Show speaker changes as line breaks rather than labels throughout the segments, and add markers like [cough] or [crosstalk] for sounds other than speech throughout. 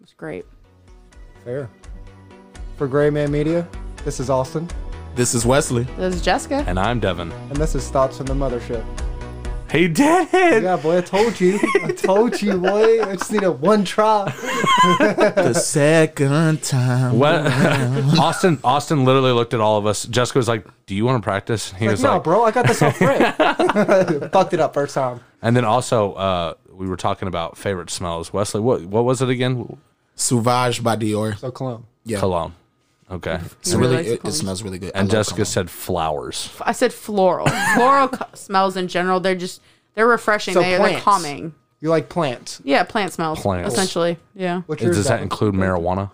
was great.
Fair. For Gray Man Media, this is Austin,
This is Wesley.
This is Jessica.
And I'm Devin.
and this is Thoughts from the Mothership.
He did it!
Yeah, boy, I told you. I told you, boy. I just needed one try.
the second time.
What? [laughs] Austin Austin literally looked at all of us. Jessica was like, "Do you want to practice?" And he
Like,
was
no,
like,
bro, I got this off rip. [laughs] Fucked it up first time.
and then also uh, we were talking about favorite smells. Wesley, what what was it again?
Sauvage by Dior.
So cologne.
Yeah.
Cologne. Okay.
It's
You
really,
realize
it, it
cologne.
smells really good. I
And
love
Jessica
cologne.
said flowers.
I said floral.
[laughs]
floral co- smells in general, they're just they're refreshing.
So
they, they're
plants.
calming.
You like plants.
Yeah, plant smells
Plants.
essentially. Yeah.
What's yours?
Does that
Devin?
include marijuana?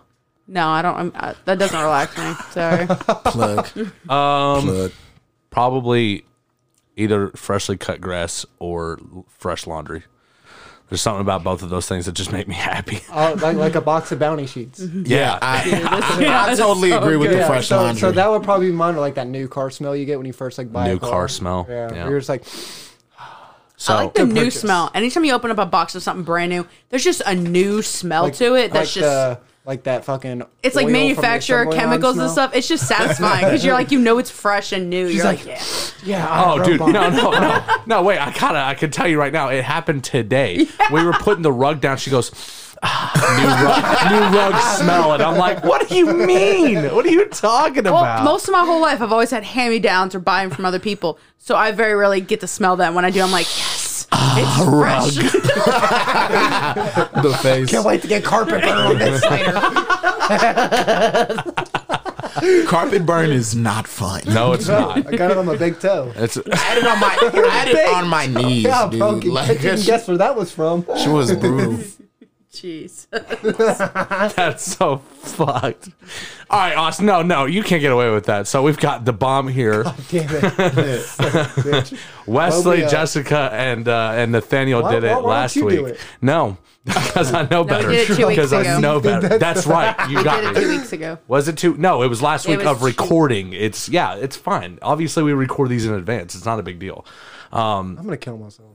No, I don't. I'm, I, that doesn't relax me.
[laughs]
Sorry.
plug. um, plug.
Probably either freshly cut grass or l- fresh laundry. There's something about both of those things that just make me [laughs] happy.
Uh, like, like a box of bounty
[laughs]
sheets.
Yeah.
I, [laughs] I totally agree with the fresh
so,
laundry.
so that would probably be mine, or like that new car smell you get when you first like buy a
New car smell.
Yeah,
Yeah.
you're just like
so
I like the new
purchase.
smell. Anytime you open up a box of something brand new, there's just a new smell
like,
to it.
like
That's just.
the, like that fucking.
it's like
oil from the
manufacturer
Subway line
chemicals and
smell.
stuff. It's just
[laughs]
satisfying because you're like you know it's fresh and new. you're like,
like,
yeah.
Yeah.
Oh, dude, no, no, no,
[laughs]
no! Wait, I gotta, I can tell you right now, it happened today. We were putting the rug down. She goes, ah, new rug, new rug smell, and I'm like, what do you mean? What are you talking
Well,
about?
most of my whole life, I've always had hand me downs or buying from other people, so I very rarely get to smell that. When I do, I'm like, yes,
Ah,
it's fresh.
the face.
Can't wait to get carpet burn
[laughs]
on this later.
Carpet burn is not fun.
no, it's not.
I got it on my
[laughs]
big toe.
It's
I had it on my, I had it on my knees,
Yeah,
dude.
bro. Can,
like,
can you guess where that was [laughs] from?
she was brutal.
[laughs] Jeez.
that's so fucked. All right, Austin, no, no, you can't get away with that. So we've got the
[laughs]
bomb here,
Damn it.
Wesley,
Well, we, uh,
Jessica, and uh, and Nathaniel
Why-
did it
why- why don't
last
you do
week.
it?
No, [laughs] because I know better.
did it
[laughs]
two weeks
Because I
ago.
know better. That's right. You got
Did it
me.
two weeks ago. [laughs]
Was it two? No, it was last
It
week
was
of
two-
recording. It's yeah, it's fine. Obviously, we record these in advance. It's not a big deal. Um,
I'm gonna kill myself.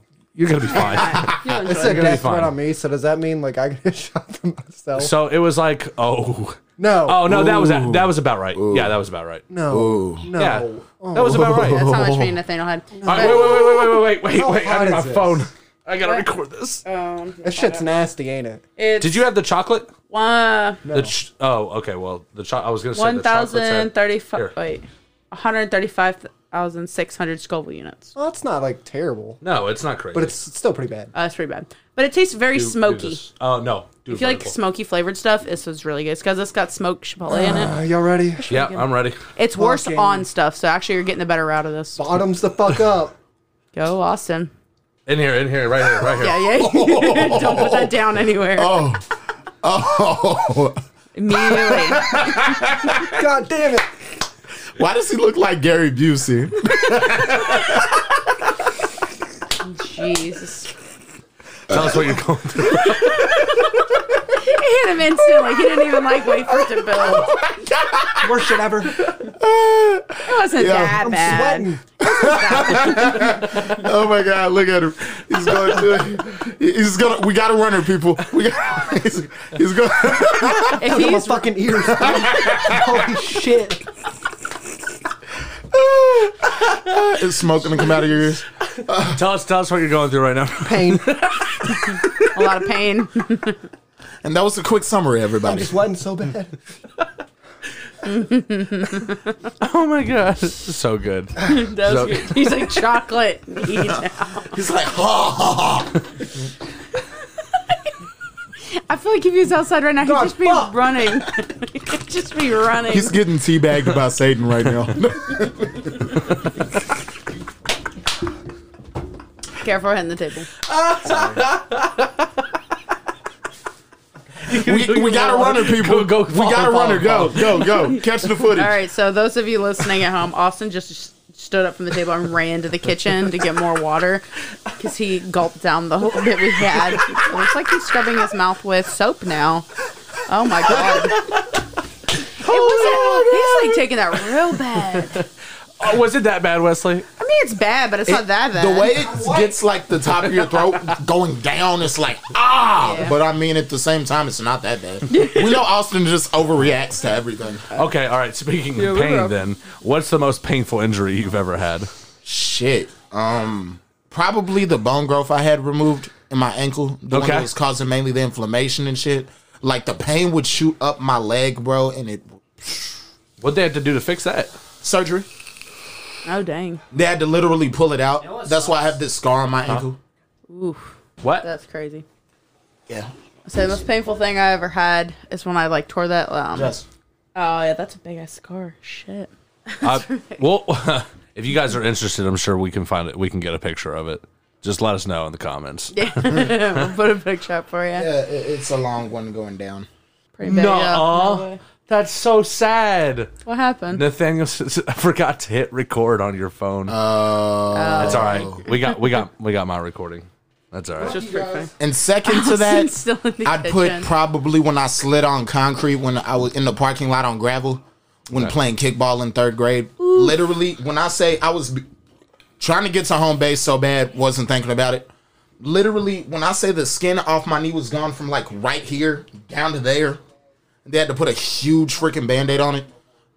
[laughs]
You're gonna be fine.
It's a
You're gonna be
death threat
fine.
on me. So does that mean like I get [laughs] shot to myself?
so it was like, oh,
no.
oh no, that was
Ooh.
that was about right. Yeah, that was about right.
No.
Ooh.
No.
Yeah,
Oh.
that was
[laughs]
about right.
That's
All
how much
[laughs]
pain Nathaniel had.
right, wait, wait, wait, wait, wait, wait, wait,
How
wait. I
hot
need my
is this?
phone. I gotta
What?
record this.
um,
That shit's nasty, ain't it?
Did you have the chocolate?
One
The ch- oh, okay. Well, the cho- I was gonna say the chocolate's
thousand
had- Here.
thirty-five. Wait, one hundred thirty-five thousand six hundred Scoville units.
Well, it's not like terrible,
No, it's not crazy.
but it's still pretty bad.
Uh, that's pretty bad, but it tastes very smoky.
Oh no, do
if you like smoky flavored stuff, this was really good. It's because it's got smoked chipotle in it.
Uh,
Are Uh, y'all ready?
Yeah, I'm ready.
It's worse
fucking-
on stuff, so actually you're getting the better route of this.
Bottoms the fuck up.
Go Austin.
In here, in here, right here, right
[laughs]
here.
Yeah, yeah. [laughs] Don't put that down anywhere.
[laughs] Oh. Oh. [laughs]
[laughs]
Immediately.
God damn it.
Why does he look like Gary Busey?
Jesus.
Tell us what you're going through.
It hit him instantly. He didn't even like wait for it to build.
Worst shit
[laughs]
ever.
It wasn't that
I'm
bad.
sweating.
Oh my God! Look at him. He's going to. He's gonna. We gotta run her, people. We got. He's, he's going. [laughs]
If
[laughs] I'm a
he's
fucking ears. Holy shit.
Is smoke gonna come out of your ears?
Tell us, tell us what you're going through right now.
Pain.
a lot of
[laughs]
pain.
And that was a quick summary,
I'm
everybody.
sweating so bad.
[laughs] Oh my god, Oh, so [laughs] good.
That was
So-
good. [laughs] He's like chocolate. Eat it.
He's like, ha ha ha.
I feel like if he was outside right now, he'd
God,
just be
fuck.
running. [laughs] he'd just be running.
He's getting teabagged by Satan right now. [laughs]
Careful hitting the table.
we, we gotta run her, people.
Go, go,
we
follow,
gotta run her.
follow,
Go, go, go. Catch the footage.
All right, so those of you listening at home, Austin just s- stood up from the table and ran to the kitchen to get more water because he gulped down the whole bit we had. It looks like he's scrubbing his mouth with soap now. Oh my god! It was he's like taking that real bad.
Oh, was it that bad, Wesley?
I mean, it's bad, but it's not that bad.
The way it gets like the top of your throat going down, it's like ah.
Yeah.
But I mean, at the same time, it's not that bad. we know Austin just overreacts to everything.
Okay, all right. Speaking
Yeah,
of
we're
pain,
up.
then, what's the most painful injury you've ever had?
Shit. Um, probably the bone growth I had removed in my ankle. The one
Okay.
that was causing mainly the inflammation and shit. Like the pain would shoot up my leg, bro, and it
What they had to do to fix that?
surgery.
oh dang,
They had to literally pull it out.
what
That's why I have this scar on my ankle.
oof,
What?
that's crazy.
Yeah.
So the most painful thing I ever had is when I like tore that. Um,
Yes.
Oh yeah, that's a big ass scar. Shit. [laughs]
I- Uh, well, [laughs] if you guys are interested, I'm sure we can find it. We can get a picture of it. Just let us know in the comments.
we'll put a picture up for you.
Yeah, Uh, it, it's a long one going down.
Pretty big. yeah.
Nuh-uh.
No way.
That's so sad.
what happened?
Nathaniel s- [laughs] s- forgot to hit record on your phone. Oh,
Uh,
that's all right. We got, we [laughs] got, we got my recording. That's all right.
Just pretty funny.
And second to
Austin's [laughs]
that,
still in the
I'd
kitchen.
put probably when I slid on concrete when I was in the parking lot on gravel when playing kickball in third grade. Literally, when I say I was b- trying to get to home base so bad, wasn't thinking about it. Literally, when I say the skin off my knee was gone from like right here down to there, they had to put a huge freaking band aid on it.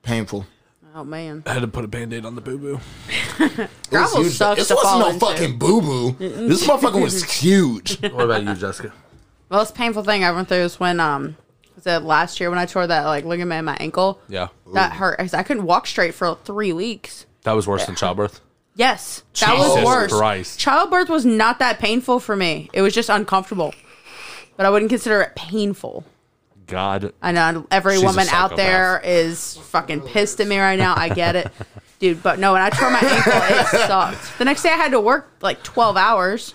Painful.
Oh man,
I had to put a band-aid on the boo-boo.
It was
Gravel
huge.
sucks
This
to
wasn't
fall
no
into.
fucking boo boo. This
[laughs]
motherfucker was huge.
What about you, Jessica?
most painful thing I went through was when um, was it last year when I tore that like ligament in my ankle?
Yeah,
That hurt. 'cause I couldn't walk straight for three weeks.
[laughs] that was worse than childbirth.
Yes, that was
Jesus
worse.
Christ.
Childbirth was not that painful for me. It was just uncomfortable, but I wouldn't consider it painful.
God,
I know every
She's a
woman out there is fucking pissed at me right now. I get it, [laughs] dude. But no, when I tore my ankle, it sucked. The next day I had to work like twelve hours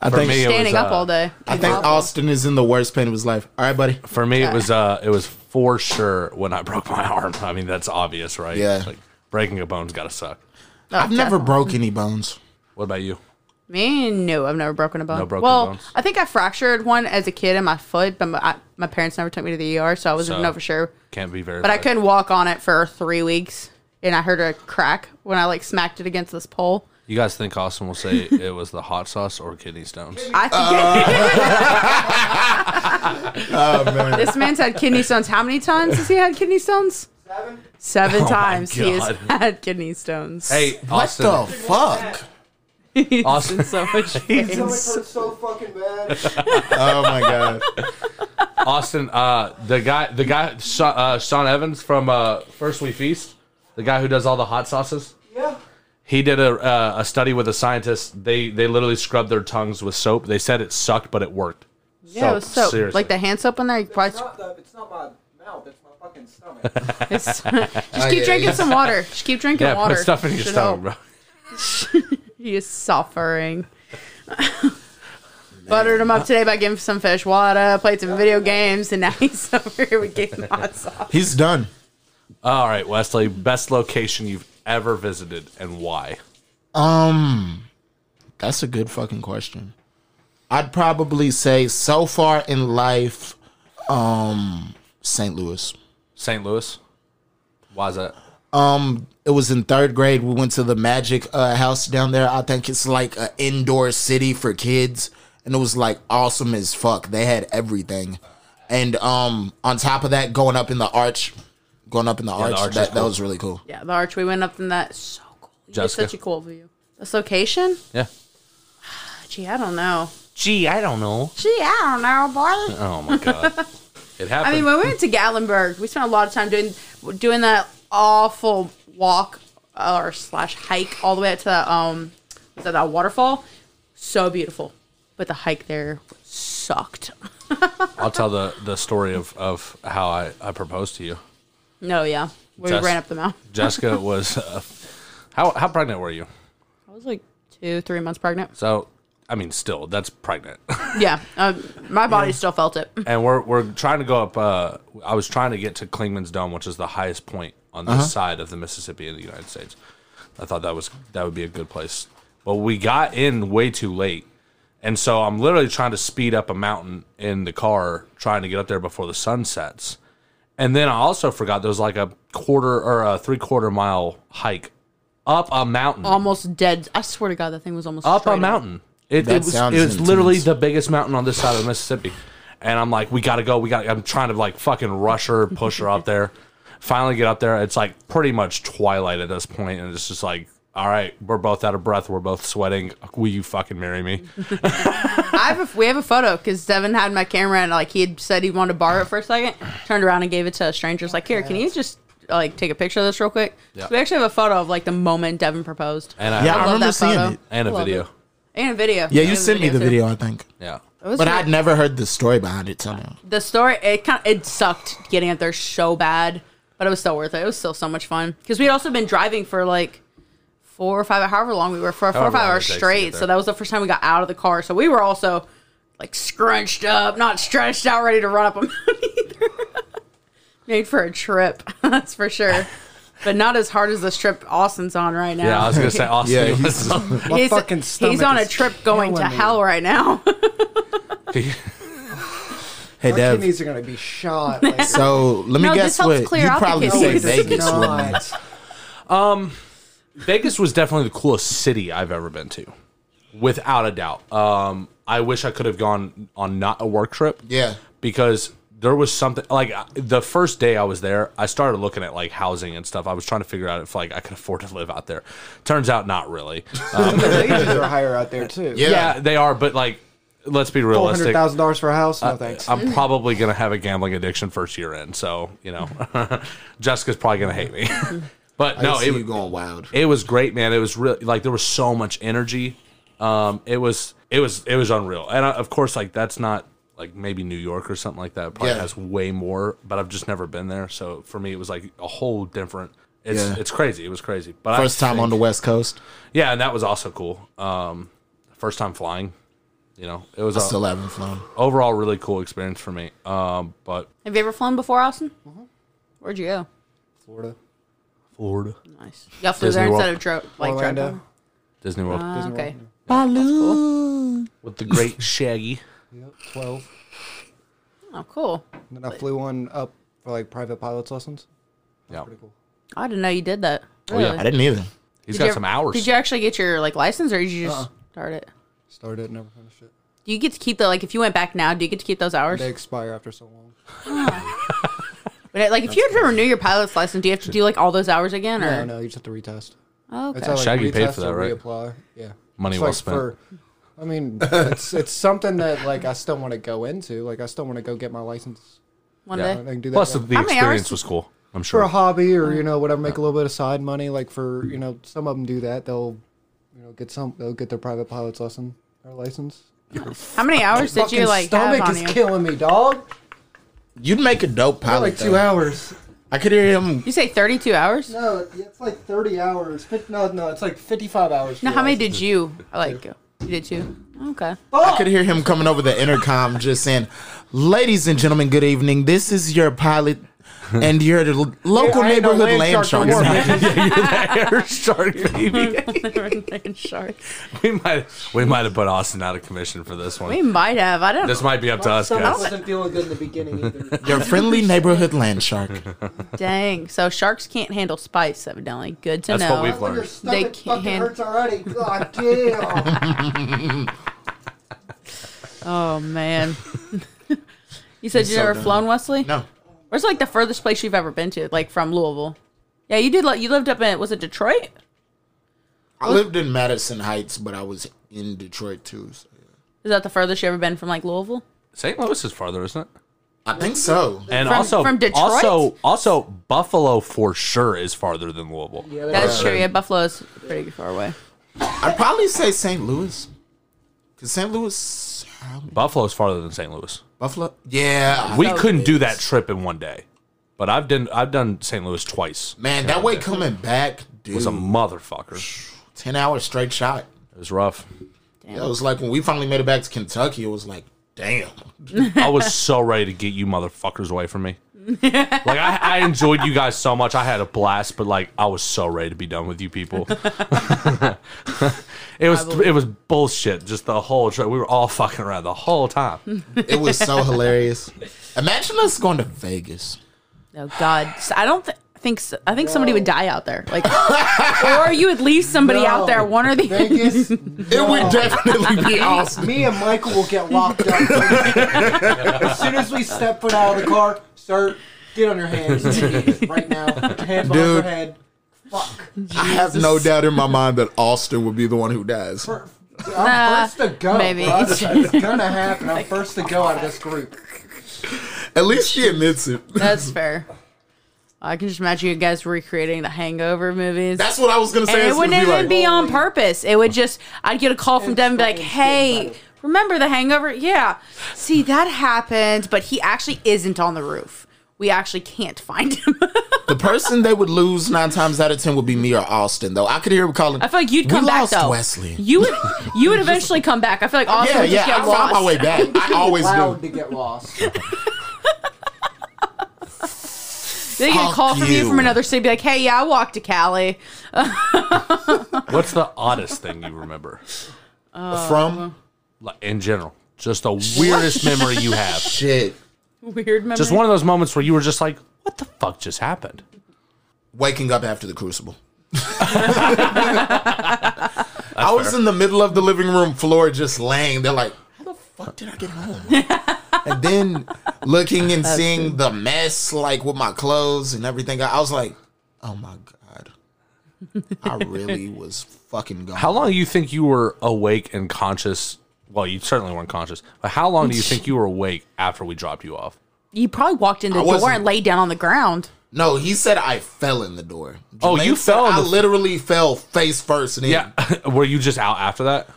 I
For
think
me, It was,
standing up
uh,
all day.
I think Austin is in the worst pain of his life. All right, buddy.
For me, it was uh, it was for sure when I broke my arm. I mean, that's obvious, right?
Yeah.
Like breaking a bone's got to suck.
I've never broke any bones.
What about you?
Me? No, I've never broken a bone.
No broken
well,
bones.
I think I fractured one as a kid in my foot, but my, I, my parents never took me to the ER, so I wasn't
So-
know for sure.
Can't be very.
But I couldn't walk on it for three weeks, and I heard a crack when I like smacked it against this pole.
You guys think Austin will
[laughs]
say it was the hot sauce or kidney stones?
I
Uh.
think this man's had kidney stones. How many times has he had kidney stones?
Seven?
Seven
Oh my
times he has
God.
had kidney stones.
Hey,
[laughs]
What
Austin.
the fuck?
He's
Austin.
in so much
It
pain.
hurts [laughs] so fucking bad. [laughs]
Oh my god.
Austin, uh, the guy, the guy, Sean, uh, Sean Evans from uh, First We Feast, the guy who does all the hot sauces.
Yeah.
He did a uh, a study with a scientist. They they literally scrubbed their tongues with soap. They said it sucked, but it worked.
Yeah, it was so
seriously.
like the hand soap in there. You
It's
[laughs]
probably
not, the, it's not my mouth, it's my fucking stomach.
It's- [laughs] just
Oh,
keep
yeah,
drinking
yeah.
some water. Just keep drinking
yeah,
water.
put stuff in your
Should
stomach,
help.
bro.
He is suffering. [laughs] Buttered him up today by giving him some fish water, played some video games, and now [laughs] he's over here with getting hot sauce.
He's done.
All right, Wesley, best location you've ever visited and why?
Um that's a good fucking question. I'd probably say so far in life, um St. Louis.
St. Louis. Why is that?
It was in third grade. We went to the Magic uh, House down there. I think it's like an indoor city for kids, and it was like awesome as fuck. They had everything, and um, on top of that, going up in the arch, going up in the arch,
arch is
that, that
cool.
was really cool.
Yeah, the arch we went up in that so cool. You get
Jessica.
such a cool view. This location?
Yeah.
Gee, I don't know.
Gee, I don't know.
Gee, I don't know, boy.
Oh my [laughs] god, it happened.
I mean, when we went to Gatlinburg, we spent a lot of time doing doing that awful walk uh, or slash hike all the way up to the, um was that that waterfall. So beautiful, but the hike there sucked.
I'll tell the, the story of, of how I, I proposed to you.
No, Oh, yeah, we
Just-
ran up the mountain.
Jessica [laughs] was uh, how how pregnant were you?
I was like two, three months pregnant.
So I mean, still that's pregnant.
[laughs]
[laughs]
Yeah, um, my body still felt it.
and we're we're trying to go up. Uh, I was trying to get to Klingman's Dome, which is the highest point on this side of the Mississippi in the United States. I thought that was that would be a good place, but we got in way too late, and so I'm literally trying to speed up a mountain in the car, trying to get up there before the sun sets. And then I also forgot there was like a quarter or a three quarter mile hike up a
[laughs]
mountain.
almost dead. I swear to God, that thing was almost
up
straight
a mountain. It,
That
it was, it
sounds
was literally
intense.
the biggest mountain on this side of the Mississippi. And I'm like, we got to go. We got. I'm trying to like fucking rush her, push her up there. Finally get up there. It's like pretty much twilight at this point, and it's just like, all right, we're both out of breath. We're both sweating. Will you fucking marry me?
I have a, we have a photo because Devin had my camera and like he had said he wanted to borrow it for a second. Turned around and gave it to a stranger. It's like, here, can you just like take a picture of this real quick?
Yeah.
So we actually have a photo of like the moment Devin proposed.
And I
Yeah, I
love
remember
that
seeing
photo.
it.
and a
Love
video.
it. And a video.
Yeah,
It
you
was a
sent me the
too.
video, I think.
Yeah.
It was
But
really-
I'd never heard the story behind it. So
the story it kind it sucked getting up there so bad, but it was still worth it. It was still so much fun because we had also been driving for like four or five, however long we were for four or
However
five
long
hours
it takes to get
straight.
there.
So that was the first time we got out of the car. So we were also like scrunched up, not stretched out, ready to run up a mountain [laughs] either. Made for a trip, [laughs] that's for sure. But not as hard as this trip Austin's on right now.
Yeah, I was gonna say Austin.
Yeah,
was-
My
he's,
fucking stomach
he's on a
is
trip going to
killing me.
hell right now.
[laughs]
[laughs]
hey,
My
Dev.
kidneys are gonna be shot. Like,
So let me
No, this
guess
helps
what
clear
you
out the
probably
[laughs]
say
kidneys.
Vegas. wouldn't you?
not.
[laughs]
[laughs]
Vegas was definitely the coolest city I've ever been to, without a doubt. Um, I wish I could have gone on not a work trip.
Yeah.
because there was something like I- the first day I was there, I started looking at like housing and stuff. I was trying to figure out if like I could afford to live out there. Turns out,
[laughs]
not really. Um,
The wages are higher out there too.
Yeah.
yeah, they are, but like, let's be
Four hundred
realistic.
thousand dollars for a house?
Uh,
No thanks.
I'm probably gonna have a gambling addiction first year in, so you know, [laughs] Jessica's probably gonna hate me. [laughs] but
No,
no,
see
it,
you going wild.
it was great, man. It was real. Like there was so much energy. Um, it was it was it was unreal. And uh, of course, like that's not like maybe New York or something like that. Probably
Yeah.
has way more, but I've just never been there. So for me, it was like a whole different. It's
Yeah.
it's crazy. It was crazy. But I
First time on the
think-
West Coast.
yeah, and that was also cool. Um, first time flying. You know, it was a,
Still haven't flown.
overall really cool experience for me. Um, but
Have you ever flown before, Austin? Mm-hmm. Where'd you go?
Florida,
Florida,
Nice. Y'all flew
Disney
there
World.
instead of dro- like
Orlando.
Disney World
driving? Ah, okay.
with the [laughs] great Shaggy.
Yep, Twelve.
Oh, cool.
And then I flew one up for like private pilot's lessons.
Yeah,
Pretty cool.
I didn't know you did that. Oh
yeah.
I didn't either.
he's got some hours.
Did you actually get your like license, or did you
Uh-uh.
just start it?
Started, never finished it.
Do you get to keep the like if you went back now? Do you get to keep those hours?
They expire after so long.
But like if you had to renew your pilot's license, do you have to do like all those hours again,
I
or
don't know. You just have to retest.
oh, okay?
It's not like
Shaggy paid
retest
for that,
or
right?
Reapply. Yeah.
Money
It's
well
like
spent.
for- I mean, it's it's something that like I still want to go into. Like I still want to go get my license.
One
Yeah.
day.
I can do that
Plus, the,
now.
the
How many hours-
experience was cool. I'm
for a
sure.
hobby or you know whatever, make a little bit of side money. Like for you know, some of them do that. They'll you know get some. They'll get their private pilot's lesson or license.
How many hours did
Fucking
you like have
stomach
on
is
you?
killing me, dog.
You'd make a dope
I
pilot.
like two
though.
hours.
I could hear him.
you say thirty-two hours? No,
Oh,
No, it's like thirty hours. Fif- No, no, it's like fifty-five hours. for
how many
license.
did you like? go? You did two. Okay. [laughs]
I could hear him coming over the intercom, just saying, "Ladies and gentlemen, good evening. This is your pilot, and you're the l- local
I ain't no
neighborhood
land
land
shark
shark."
no more,
sniper."
bitch.
yeah, you're the air shark, baby.
Sharks.
We might we might have put Austin out of commission for this
We
one.
might have. I don't.
This might be up to us,
Stomach
guys.
wasn't feeling good in the beginning [laughs] either.
[laughs] Your friendly neighborhood land shark.
[laughs]
Dang. So sharks can't handle spice, evidently. Good to
That's
know.
what we've
Your
learned.
stomach
They
fucking
can't- [laughs]
hurts already. God damn.
Oh man. [laughs] you said you never
dumb.
flown, Wesley?
No,
Where's like the furthest place you've ever been to? Like from Louisville? Yeah, you did. Like you lived up in was it Detroit?
I lived in Madison Heights, but I was in Detroit too. so-
Is that the furthest you ever been from like Louisville?
St. Louis is farther, isn't it?
I think so.
And
From-
also,
from Detroit?
also, also, Buffalo for sure is farther than Louisville.
Yeah, that
That's true. Yeah, Buffalo's pretty far away.
I'd probably say St. Louis, cause St. Louis,
Buffalo's farther than St. Louis.
Buffalo. Yeah,
We
So
couldn't do that trip in one day, but I've done I've done St. Louis twice.
man, that way coming back, dude,
It was a motherfucker.
ten hour straight shot.
It was rough.
Yeah, it was like when we finally made it back to Kentucky. It was like, damn.
I was so ready to get you motherfuckers away from me. like I, I enjoyed you guys so much. I had a blast, but like I was so ready to be done with you people. [laughs] it was it was bullshit. Just the whole trip. We were all fucking around the whole time.
It
[laughs]
was so hilarious. Imagine us going to Vegas.
Oh God, So I don't. Th- think s- I think somebody would die out there. Like, or you would leave somebody out there. One or the [laughs]
Vegas.
It would definitely be awesome.
Me and Michael will get locked up. [laughs] as soon as we step foot out of the car, sir, get on your
[laughs]
hands and knees right now. Hands behind your
Dude.
head. Fuck.
I have no doubt in my mind that Austin would be the one who dies.
Fir-
Nah,
I'm first to go.
maybe. [laughs]
bro. It's gonna happen. I'm first to go out of this group.
At least she admits [laughs] it.
That's fair. I can just imagine you guys recreating the Hangover movies.
That's what I was gonna
and it
say. It's gonna
wouldn't even
like-
be on purpose. It would just, I'd get a call from them and be like, hey, remember the hangover? Yeah. See, that happened, but he actually isn't on the roof. We actually can't find him.
The person they would lose nine times out of ten would be me or Austin, though. I could hear him calling.
I feel like you'd come
we
back
lost
though.
Wesley.
You would, you would eventually come back. I feel like Austin
yeah,
would
yeah.
just
I
get
found
lost.
my way back.
[laughs]
I always
Allowed
do.
to get lost.
They get a
Fuck
call from you.
you.
from another city, be like, hey, yeah, I walked to Cali.
What's the oddest thing you remember?
Uh-huh.
From
Like, in general, just the weirdest memory you have.
shit,
Weird memory.
Just one of those moments where you were just like, "What the fuck just happened?"
waking up after the
[laughs]
crucible. I was in the middle of the living room floor, just laying. there, like, "How the fuck did I get
[laughs]
home?" and then looking and seeing the mess, like with my clothes and everything. I was like, "Oh my god, I
[laughs]
really was fucking gone."
How long do you think you were awake and conscious? Well, you certainly weren't conscious, but how long do you think you were awake after we dropped you off?
you probably walked in the
I
door
wasn't-
and laid down on the ground.
No, he said I fell in the door.
Oh,
Jermaine
you
said
fell in
I
the-
literally fell face first. And
Yeah, [laughs]
yeah.
were you just out after that?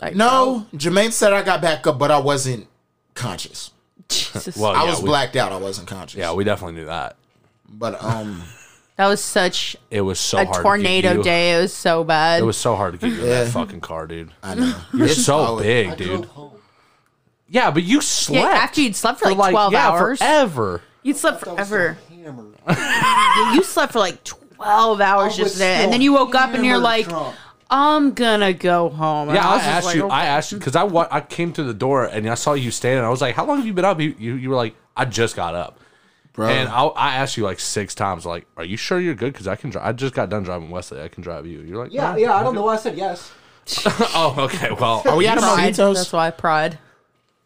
Like,
No, Jermaine said I got back up, but I wasn't conscious.
Jesus.
Well,
I
Oh, yeah,
was
we,
blacked out. I wasn't conscious.
Yeah, we definitely knew that.
But um,
that was such
It was so
a
hard. to get
tornado
you.
day. It was so bad.
It was so hard to get you in that fucking car, dude.
I know
[laughs] You're so
always-
big,
Drove
dude.
home.
Yeah, but you slept.
yeah, after you'd slept for like, 12
yeah,
hours.
forever.
You'd slept
I was
forever.
hammered.
You slept for like 12 hours
I
just
was
today. And
so
then you woke up and you're
hammered
like,
drunk.
I'm gonna go home. And
Yeah, I,
was just
asked
like, oh
you.
okay.
I asked you because I wa- I came to the door and I saw you standing. I was like, "How long have you been up?" You you, you were like, "I just got up."
bro.
And I, I asked you like six times, like, "Are you sure you're good?" Because I can. Dri- I just got done driving Wesley. I can drive you. You're like,
Yeah,
"Nah."
yeah. I don't know why I said yes.
Oh, okay. Well,
Are we out of
"Oh, Pride. That's
mojitos?
why I pride.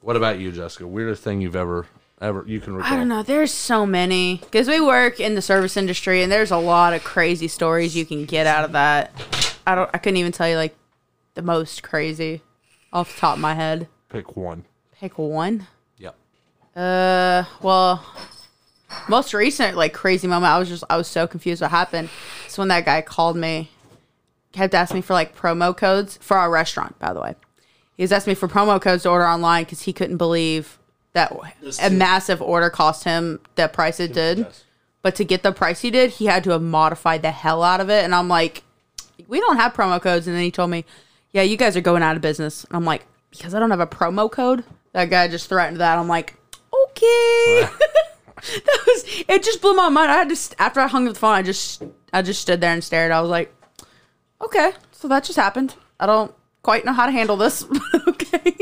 what about you, Jessica? Weirdest thing you've ever ever you can recall?
I don't know. There's so many because we work in the service industry, and there's a lot of crazy stories you can get out of that. I don't. I couldn't even tell you like the most crazy off the top of my head.
Pick one.
Pick one.
Yep.
Well, most recent like crazy moment, I was just I was so confused what happened. It's when that guy called me, kept asking me for like promo codes for our restaurant. By the way, he was asking me for promo codes to order online because he couldn't believe that a massive order cost him the price it did. But to get the price he did, he had to have modified the hell out of it. And I'm like, we don't have promo codes. And then he told me, yeah, you guys are going out of business. And I'm like, because I don't have a promo code. That guy just threatened that. I'm like, okay. [laughs] that was it. Just blew my mind. I had to st- after I hung up the phone, I just I just stood there and stared. I was like, okay, so that just happened. I don't quite know how to handle this. [laughs] but okay.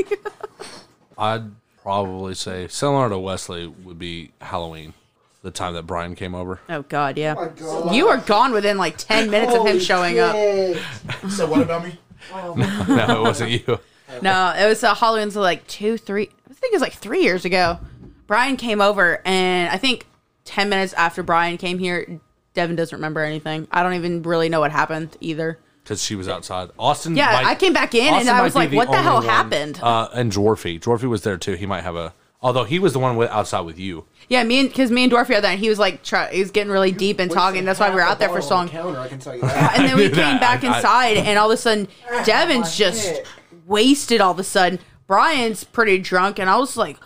I'd probably say similar to Wesley would be Halloween, the time that Brian came over. [laughs]
Oh God, yeah.
my God.
You were gone within like ten minutes of him showing up.
So what about me?
No, it wasn't you.
No, it was a Halloween so like two, three. I think it was like three years ago. Brian came over, and I think ten minutes after Brian came here, Devin doesn't remember anything. I don't even really know what happened either.
Because she was outside. Austin.
Yeah,
might-
I came back in, and
Austin
I
might
was
be
like, "What the
only
hell
one-
happened?"
Uh, and Dwarfy. Dwarfy was there too. He might have a. Although he was the one with, outside with you.
yeah, me and because me and Dwarf had that, and he was like, try, he was getting really deep and talking. That's why we were out there for so long.
Counter, I can tell you
[laughs]
that.
And then we
knew that.
came back
I- I-
inside, and all of a sudden, Devin's
my
just
head.
wasted. All of a sudden, Brian's pretty drunk, and I was like,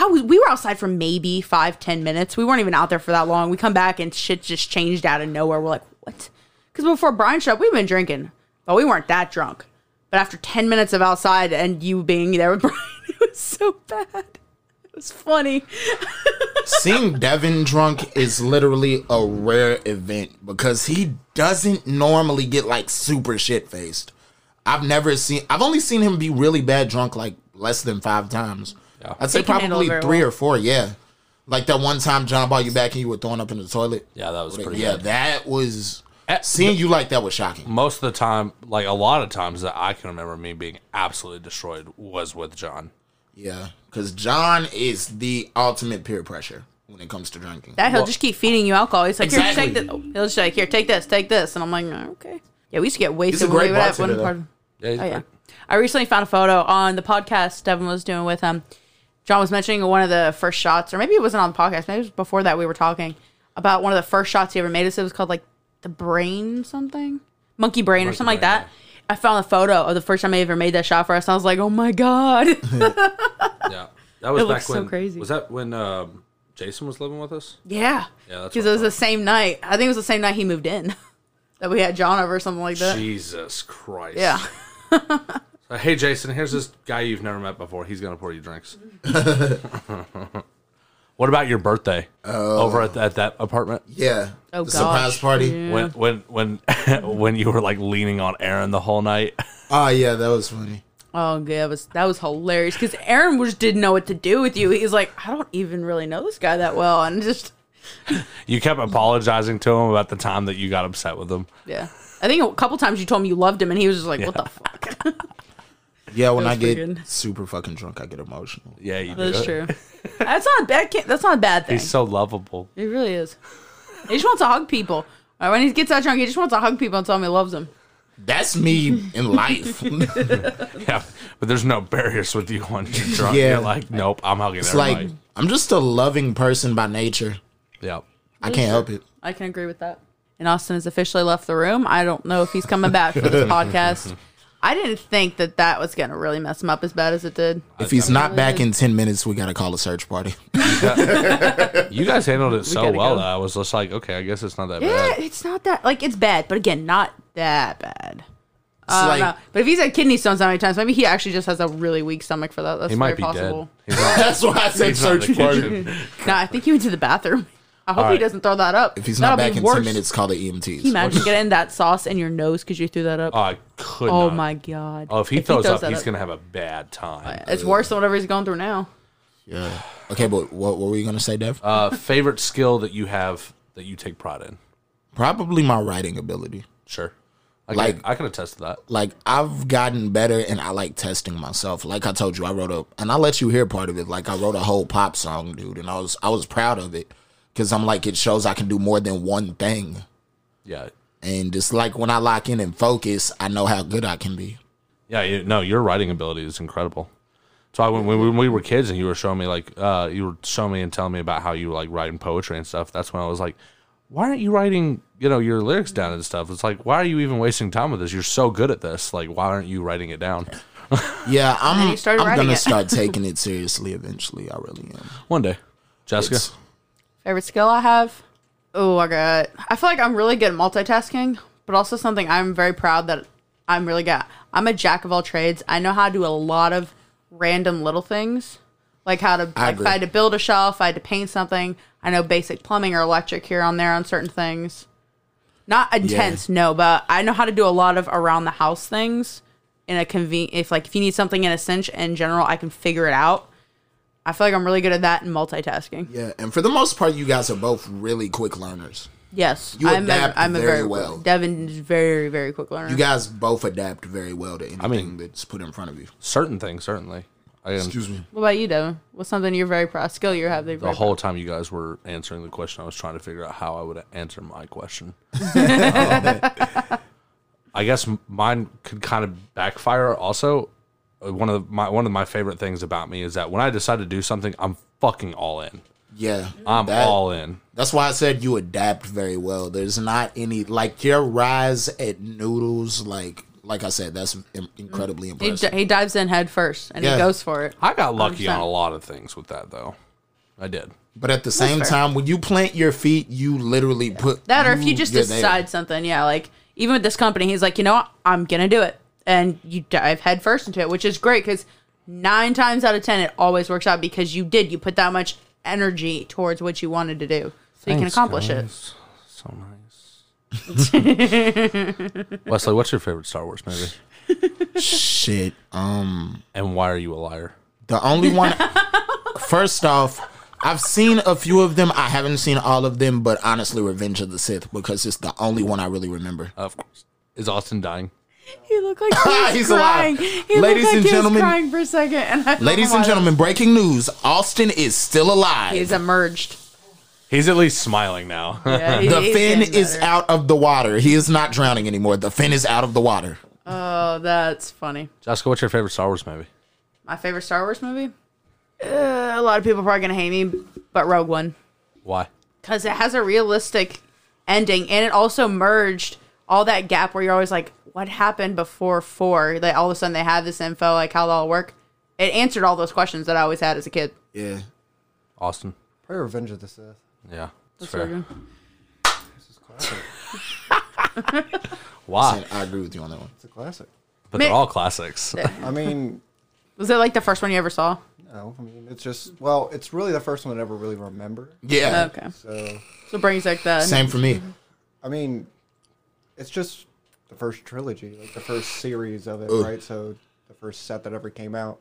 I was, we were outside for maybe five, ten minutes. We weren't even out there for that long. We come back, and shit just changed out of nowhere. We're like, what? Because before Brian showed up, we've been drinking, but we weren't that drunk. But after ten minutes of outside and you being there with [laughs] Brian, it was so bad. It was funny.
Seeing Devin drunk is literally a rare event because he doesn't normally get like super shit faced. I've never seen. I've only seen him be really bad drunk like less than five times. I'd say
He can handle it
probably
very
three
well.
or four. Yeah, Like that one time John bought you back and you were thrown up in the toilet.
Yeah, that was pretty
Yeah,
good.
that was
Eh,
seeing you like that was shocking.
most of the time, like a lot of times that I can remember me being absolutely destroyed was with John.
Yeah, because John is the ultimate peer pressure when it comes to drinking.
That he'll
Well-
just keep feeding you alcohol. He's like,
Exactly.
here, take this. He'll just like, here, take this, take this, and I'm like, "Oh, okay. Yeah, we used to get wasted.
a
when we
great
would have one
bartender, though.
party.
Yeah, he's
Oh yeah.
great.
I recently found a photo on the podcast Devin was doing with him. John was mentioning one of the first shots, or maybe it wasn't on the podcast. Maybe it was before that we were talking about one of the first shots he ever made. Us it was called like the brain something, monkey brain or
Monkey
something like
brain,
that. I found a photo of the first time I ever made that shot for us. And I was like, oh my god. [laughs]
Yeah, that was
It
back
looks so
when.
crazy.
Was that when um, Jason was living with us?
yeah.
Yeah, that's
Because it
what I
was the same night. I think it was the same night he moved in [laughs] that we had John over or something like that.
Jesus Christ!
Yeah.
Uh, hey, Jason, here's this guy you've never met before. He's gonna pour
[laughs]
you drinks. [laughs] what about your birthday
Oh.
over at, at that apartment?
Yeah,
Oh,
the surprise
gosh.
party.
When when when [laughs] when you were like leaning on Aaron the whole night. [laughs]
Oh yeah, that was funny.
Oh, yeah, it was that was hilarious because Aaron was didn't know what to do with you. He's like, I don't even really know this guy that well, and just
You kept apologizing to him about the time that you got upset with him.
yeah. I think a couple times you told him you loved him, and he was just like, "What the fuck?" [laughs]
Yeah, when
That
I
was pretty
get
good.
super fucking drunk, I get emotional.
Yeah, you
That's
did.
true. That's not a bad. ca- That's not a bad thing.
He's so lovable.
it really is. He just wants to hug people. Uh, When he gets out drunk, he just wants to hug people and tell them he loves them.
That's me
[laughs]
in life. [laughs] it's
Yeah, but there's no barriers with you when
[laughs]
you're drunk.
Yeah.
You're like, nope, I'm hugging it's everybody.
like I'm just a loving person by nature.
yeah.
I can't help it.
I can agree with that. And Austin has officially left the room. I don't know if he's coming back for
[laughs]
this podcast. I didn't think that that was going to really mess him up as bad as it did.
If he's not back in ten minutes, we gotta call a search party. [laughs]
You guys handled it so
gotta
well.
go.
That I was just like, okay, I guess it's not that
Yeah,
bad.
it's not that like it's bad, but again, not that bad.
It's
I
like
don't know. But if he's had kidney stones that many times, maybe he actually just has a really weak stomach for that. That's
He
very
might be
possible.
dead. He's not,
that's why I said
he's not in
search
the
party.
kitchen.
No, I think he went to the bathroom. I hope he
right.
doesn't throw that up.
If he's not
That'll
back
be
in
worse.
ten minutes, call the E EMTs.
Can you imagine getting that sauce in your nose because you threw that up?
Oh, I could
oh
not.
my god!
Oh, if he throws up,
that Uh,
he's gonna have a bad time.
It's worse than whatever he's going through now.
Yeah. Okay, but what, what were you gonna say, Dev?
Uh, favorite skill that you have that you take pride in?
Probably my writing ability.
Sure. I can,
Like-
I can attest to that.
Like I've gotten better, and I like testing myself. Like I told you, I wrote a, and I let you hear part of it. Like I wrote a whole pop song, dude, and I was I was proud of it because I'm like it shows I can do more than one thing,
Yeah.
and it's like when I lock in and focus, I know how good I can be.
Yeah. You, no, your writing ability is incredible. So I, when, when, when we were kids and you were showing me like uh, you were showing me and telling me about how you were like writing poetry and stuff, that's when I was like, why aren't you writing you know your lyrics down and stuff? It's like why are you even wasting time with this? You're so good at this. Like why aren't you writing it down?
Yeah, I'm.
you started
I'm
writing
gonna
it. [laughs]
start taking it seriously eventually. I really am.
One day, Jessica.
It's-
Favorite skill I have? Oh, I got. I feel like I'm really good at multitasking, but also something I'm very proud that I'm really good. At. I'm a jack of all trades. I know how to do a lot of random little things, like how to. Like if
agree.
I had to build a shelf, if I had to paint something. I know basic plumbing or electric here on there on certain things. Not intense, no, but I know how to do a lot of around the house things in a conven. If like if you need something in a cinch in general, I can figure it out. I feel like I'm really good at that and multitasking.
Yeah, and for the most part, you guys are both really quick learners.
Yes,
You adapt very well.
Devin is very very quick learner.
You guys both adapt very well to anything
mean-
that's put in front of you.
certain things certainly I am,
Excuse me.
what about you, Devin? What's something you're very proud? Skill you have?
the whole time you guys were answering the question i was trying to figure out how i would answer my [laughs] question Um, i guess m- mine could kind of backfire also Uh, one of my one of my favorite things about me is that when i decide to do something i'm fucking all in
Yeah,
i'm
that-
all in
That's why I said you adapt very well. There's not any like your rise at noodles. Like like I said, that's im- incredibly
he,
impressive.
he dives in head first and
Yeah.
he goes for it.
i got lucky on
100%.
a lot of things with that though i did
But at the same
fair.
time, when you plant your feet, you literally put
That or if you just
you're there.
decide something, yeah. Like even with this company, he's like, you know what, I'm gonna do it, and you dive head first into it, which is great because nine times out of ten, it always works out because you did. You put that much energy towards what you wanted to do, so you can
Thanks,
accomplish it.
guys.
[laughs]
so nice wesley what's your favorite star wars movie
Shit. Um.
and why are you a liar
[laughs]
The only one. first off, I've seen a few of them. I haven't seen all of them, but honestly, Revenge of the Sith because it's the only one I really remember.
Of course. Is Austin dying?
He looked like
[laughs]
he was
He's
crying.
alive.
He looked
Ladies
like
and
he was
gentlemen-
crying for a second. And I don't
Ladies
know
and
why.
gentlemen, breaking news: Austin is still
he's
alive.
emerged.
He's at least smiling now.
[laughs] Yeah, he-
The
he's
fin
getting
is
better.
out of the water. He is not drowning anymore. The fin is out of the water.
Oh, that's funny.
Jessica, what's your favorite Star Wars movie?
My favorite Star Wars movie. Uh, a lot of people are probably gonna hate me, but Rogue One.
Why?
because it has a realistic ending and it also merged all that gap where you're always like what happened before four that all of a sudden they had this info like how that'll work it answered all those questions that i always had as a kid
Yeah.
Austin.
Probably Revenge of the Sith.
Yeah. That's
So
fair.
good.
Why?
I I agree with you on that one.
It's a classic.
But
Ma-
they're all classics.
I mean,
was it like the first one you ever saw
no, I mean, it's just well, it's really the first one I ever really remember.
Yeah.
okay
So,
so it brings like the
Same for me.
I mean, it's just the first trilogy, like the first series of it, right? So, the first set that ever came out.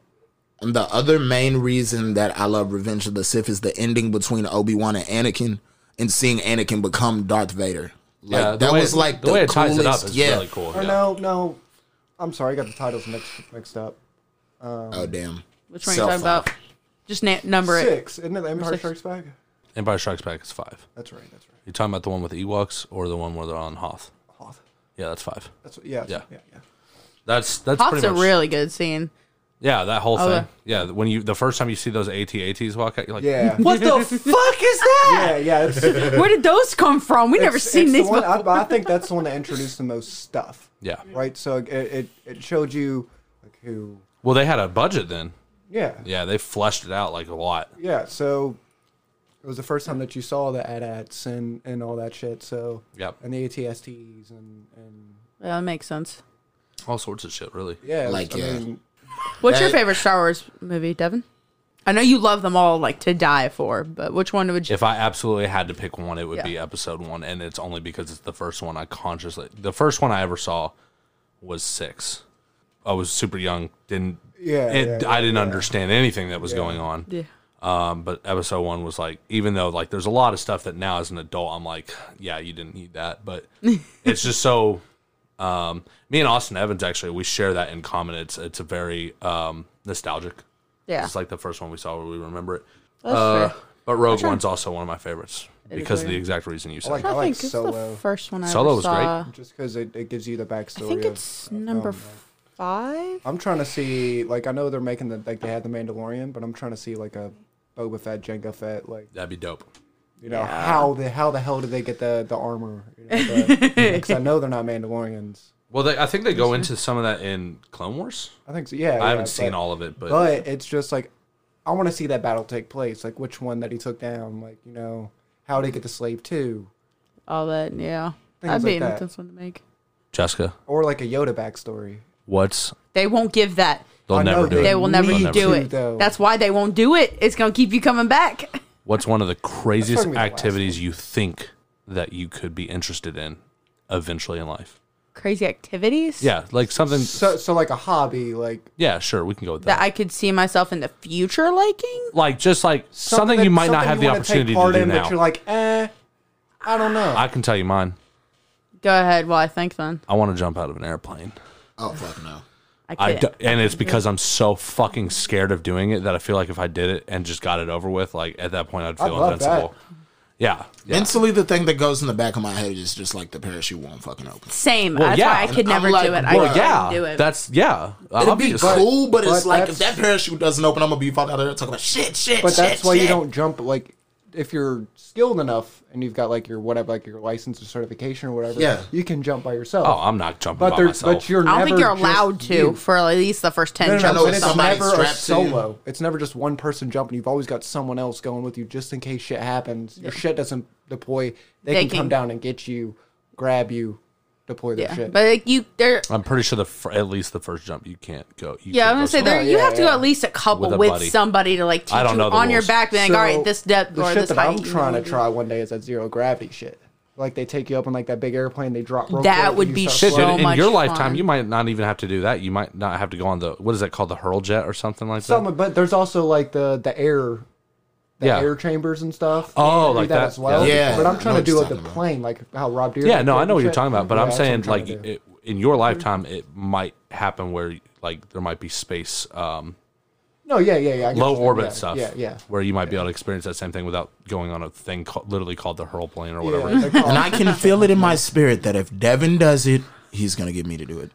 And the other main reason that I love Revenge of the Sith is the ending between Obi Wan and Anakin, and seeing Anakin become Darth Vader. Like
yeah, the
that
way-
was like the,
way it
coolest.
ties it up is
yeah.
really cool.
Or
yeah.
no, no, I'm sorry, I got the titles mixed mixed up.
Oh damn.
which one are you
Cell
talking
phone.
about just na- number it
Six, isn't it? The Empire
six?
Strikes Back.
Empire Strikes Back is five.
That's right. That's right.
You talking about the one with the Ewoks or the one where they're on Hoth?
Hoth.
Yeah, that's five.
That's yeah.
Yeah.
Yeah. Yeah. yeah.
That's that's
Hoth's
pretty
a
much
really good scene
yeah that whole
Oh,
thing. Yeah, when you the first time you see those AT-ATs walk out, you're
[laughs]
like,
Yeah.
what the fuck is that?
Yeah, yeah, it's, it's-
where did those come from we never
it's
seen
the
these
one,
before.
I, I think that's the one that introduced the most stuff.
Yeah.
Right. So it, it, it showed you like who.
Well, they had a budget then.
Yeah.
Yeah, they fleshed it out like a lot.
Yeah. So it was the first time that you saw the AT-ATs and and all that shit. So
Yep.
and the ATSTs and and
yeah, that makes sense
All sorts of shit, really.
yeah, it's-
Like,
I
yeah.
mean,
what's your
That-
favorite star wars movie devin i know you love them all like to die for but which one would you
If I absolutely had to pick one, it would be
Yeah.
episode one, and it's only because it's the first one I consciously. The first one I ever saw was six. I was super young. Didn't.
Yeah,
It,
yeah,
I didn't understand anything that was going on.
yeah
Um, but episode one was like, even though like there's a lot of stuff that now as an adult I'm like, yeah, you didn't need
[laughs]
that, but it's just so. Um, me and Austin Evans actually we share that in common. It's it's a very um, nostalgic.
yeah
It's like the first one we saw where we remember it.
That's
Uh,
fair.
but Rogue One's also one of my favorites because of
very-
the exact reason you said.
like-
I,
I
think it's
Solo.
the first one I
Solo
ever
was
saw.
just because it, it gives you the backstory.
I think
of-
it's number five.
I'm trying to see like I know they're making the like they had the Mandalorian, but I'm trying to see like a Boba Fett, Jango Fett, like
That'd be dope.
you know how the how the hell did they get the the armor? Because you know,
[laughs]
the- 'cause I know they're not Mandalorians.
Well, they, I think they go into some of that in Clone Wars.
I think so. Oh, Yeah,
I haven't seen all of it, but,
But it's just like I want to see that battle take place. Like which one that he took down. Like you know how did he get the slave too,
All that, yeah.
Things
That'd be
like that.
an intense one to make.
Jessica,
or like a Yoda backstory.
what's
They won't give that.
they'll
I know
never do
they-
They
it.
will never
Need
do
to,
it.
though.
That's why they won't do it. It's gonna keep you coming back.
What's one of the craziest
gonna be the last
activities you think that you could be interested in eventually in life?
eh,
Oh,
Oh,
the
Yeah.
air chambers and stuff.
Oh,
Do
like that.
as well.
Yeah.
but I'm
I
trying
know
to do
what
like the
you're talking about.
plane, like how Rob Deere.
Yeah, no,
did
I know what
and
you're
shit.
talking about, but
Yeah,
I'm
that's what
saying
trying
like
to do.
it, in your lifetime, it might happen where like there might be space, um,
no, yeah, yeah, yeah. I get
low
what you're
orbit
saying.
stuff,
Yeah, yeah.
where you might be able to experience that same thing without going on a thing called, literally called the hurl plane or
yeah.
whatever.
yeah. Like,
And
[laughs]
I can feel it in my spirit that if Devin does it, he's gonna get me to do it.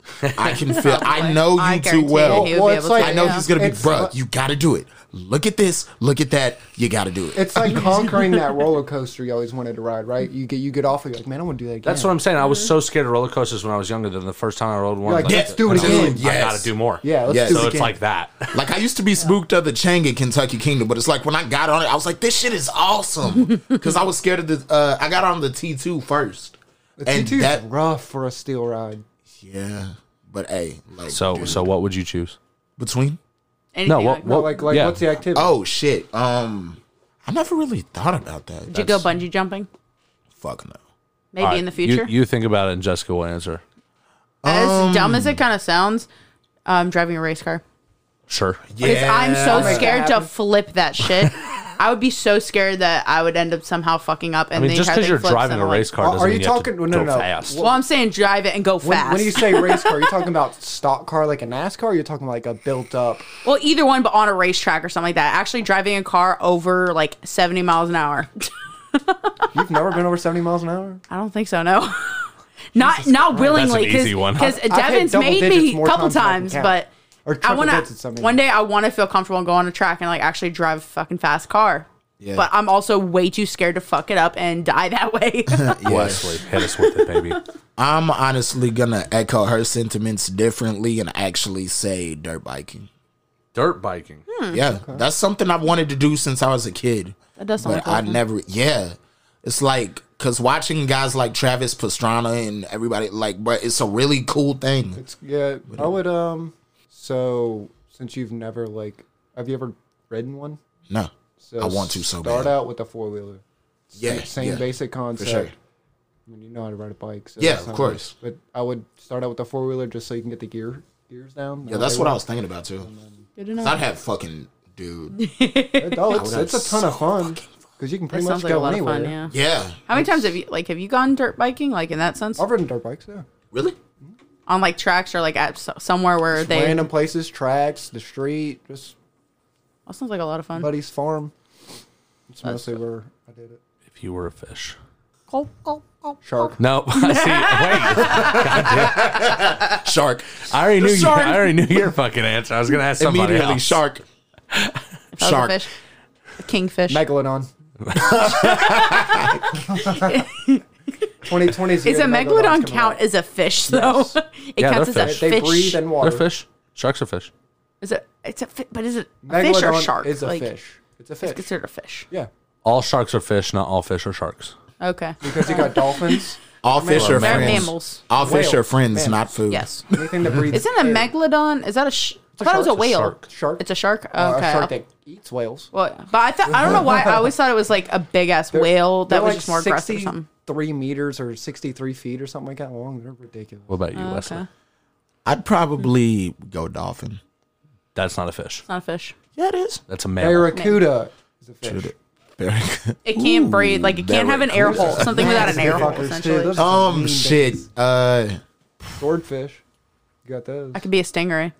[laughs]
I can feel. I know
I
you too
guarantee
well.
it, he would
Well,
be
it's
able to.
like-
I know
yeah.
he's gonna be,
It's-
bruh, you gotta do it. Look at this, look at that, you gotta do
[laughs]
[laughs]
it.
It's like conquering that roller coaster you always wanted to ride, right? You get you get off of it, you're like, man, I want to do that again.
That's what I'm saying. I was so scared of roller coasters when I was younger than the first time I rode one.
Mm-hmm. You're like,
like,
let's do it
I was
again.
like, I
Yes.
gotta do more.
Yeah, let's
Yes.
do
So
it
it's
again.
like that.
Like I used to be spooked of the Chang in Kentucky Kingdom, but it's like when I got on it, I was like, this shit is
[laughs]
awesome. Cause I was scared of the uh I got on the T two first. and
T2's
that
rough for a steel ride.
Yeah. But hey, like
So
dude,
so what would you choose?
between
No,
Anything
what
like that.
But
what
like like
Oh, yeah.
what's the activity?
Oh shit. Um I never really thought about that.
Did you go bungee jumping?
Fuck no.
Maybe
All right,
in the future.
You, you think about it, and Jessica will answer.
as dumb as it kind of sounds, um, driving a race car.
Sure.
Because I'm so
that
scared to
happen.
flip that shit.
[laughs]
I would be so scared that I would end up somehow fucking up. And
I mean,
the
just
entire
because
thing
you're
flips
driving
and
a
I'm like-
race car
Are-
doesn't
are
mean
you
you have to
talking- no, no,
go
no.
fast.
Well, I'm saying drive it and go
When,
fast.
when you
[laughs]
say race car, you're talking about stock car like a NASCAR, or you're talking like a built up
well, either one, but on a racetrack or something like that. Actually, driving a car over like 70 miles an hour. [laughs]
You've never been over 70 miles an hour?
I don't think so. No, [laughs] not not willingly.
That's an easy one.
Because
I've hit
Devin's
double
made
digits
me a
more
couple
times
times,
than I
but
can count. Or
I
triple
want
digits, I
to.
mean.
One day, I want to feel comfortable and go on a track and like actually drive a fucking fast car.
Yeah.
But uh, I'm also way too scared to fuck it up and die that
[laughs]
way.
Wesley, hit us with it, baby.
Hmm.
I'm honestly gonna echo her sentiments differently and actually say dirt biking.
Dirt biking.
Yeah, that's something I've wanted to do since I was a kid.
Hmm. That does sound
but
like
I
fun.
never. Yeah, it's like because watching guys like Travis Pastrana and everybody like, but it's a really cool thing.
It's yeah. I would um so since you've never like have you ever ridden one?
No,
So
I want to so
start
bad.
out with a four wheeler.
yeah,
Same
yeah.
basic concept.
sure.
I mean you know how to ride a bike, so
Yeah,
that's
of
not
course.
much. But I would start out with a four wheeler just so you can get the gear gears down.
Yeah, that's what I was thinking about too.
Good to know.
'Cause I'd have fucking
[laughs]
dude.
It, oh, it's,
I would
it's a ton
so
of fun because you can
that
pretty much
sounds like a
go
lot
anywhere.
of fun. Yeah.
Yeah,
How many times have you like have you gone dirt biking like in that sense
I've ridden dirt bikes. Yeah,
really.
on like tracks or like at so- somewhere where they
random places, tracks, the street, just
that sounds like a lot of fun.
buddy's farm. It's mostly where I did it.
If you were a fish.
Go, go, go.
Shark.
No, [laughs] I
[laughs]
see. Wait,
Shark
I already knew. You,
shark.
I already knew your fucking answer. I was gonna ask somebody
immediately.
else.
Shark.
That was a
Shark.
fish. A kingfish.
Megalodon. 2020 is the
Is a
year
megalodon
Megalodon's coming
count
out.
as a fish though? [laughs]
Yes.
it
Yeah,
counts as
they're
a
fish.
They
fish.
breathe in water.
They're fish. Sharks are fish.
Is it? It's a fi- but is it a fish or
Megalodon
shark?
Is a
Like,
fish. It's a
It's
fish.
considered a fish.
yeah,
All sharks are fish. Not all fish are sharks.
Okay.
because you got dolphins.
All fish are
They're
They're
friends.
mammals.
All fish
Whale.
are friends,
Mammals.
not
[laughs]
food.
Yes.
Anything that breathes.
Isn't a
air.
megalodon? Is that a? Sh- I
a
thought it was a
shark.
whale.
shark.
Shark.
It's a shark.
Uh,
okay.
A shark that eats whales.
well, but I thought I don't know why I always thought it was like a big ass whale that
They're
was
like
just more aggressive or something.
Three meters or sixty-three feet or something like that long. They're ridiculous.
What about you, Wesley?
okay.
I'd probably go dolphin.
That's not a fish.
Not a fish.
Yeah, it is.
That's a mammal.
Barracuda is a fish.
[laughs] Very good.
It can't breathe. Like it can't have an air hole. Something without an air hole.
Fuckers, too.
Essentially,
Those are some
Um,
mean
shit.
things.
Uh,
Swordfish. You got those.
I could be a stingray.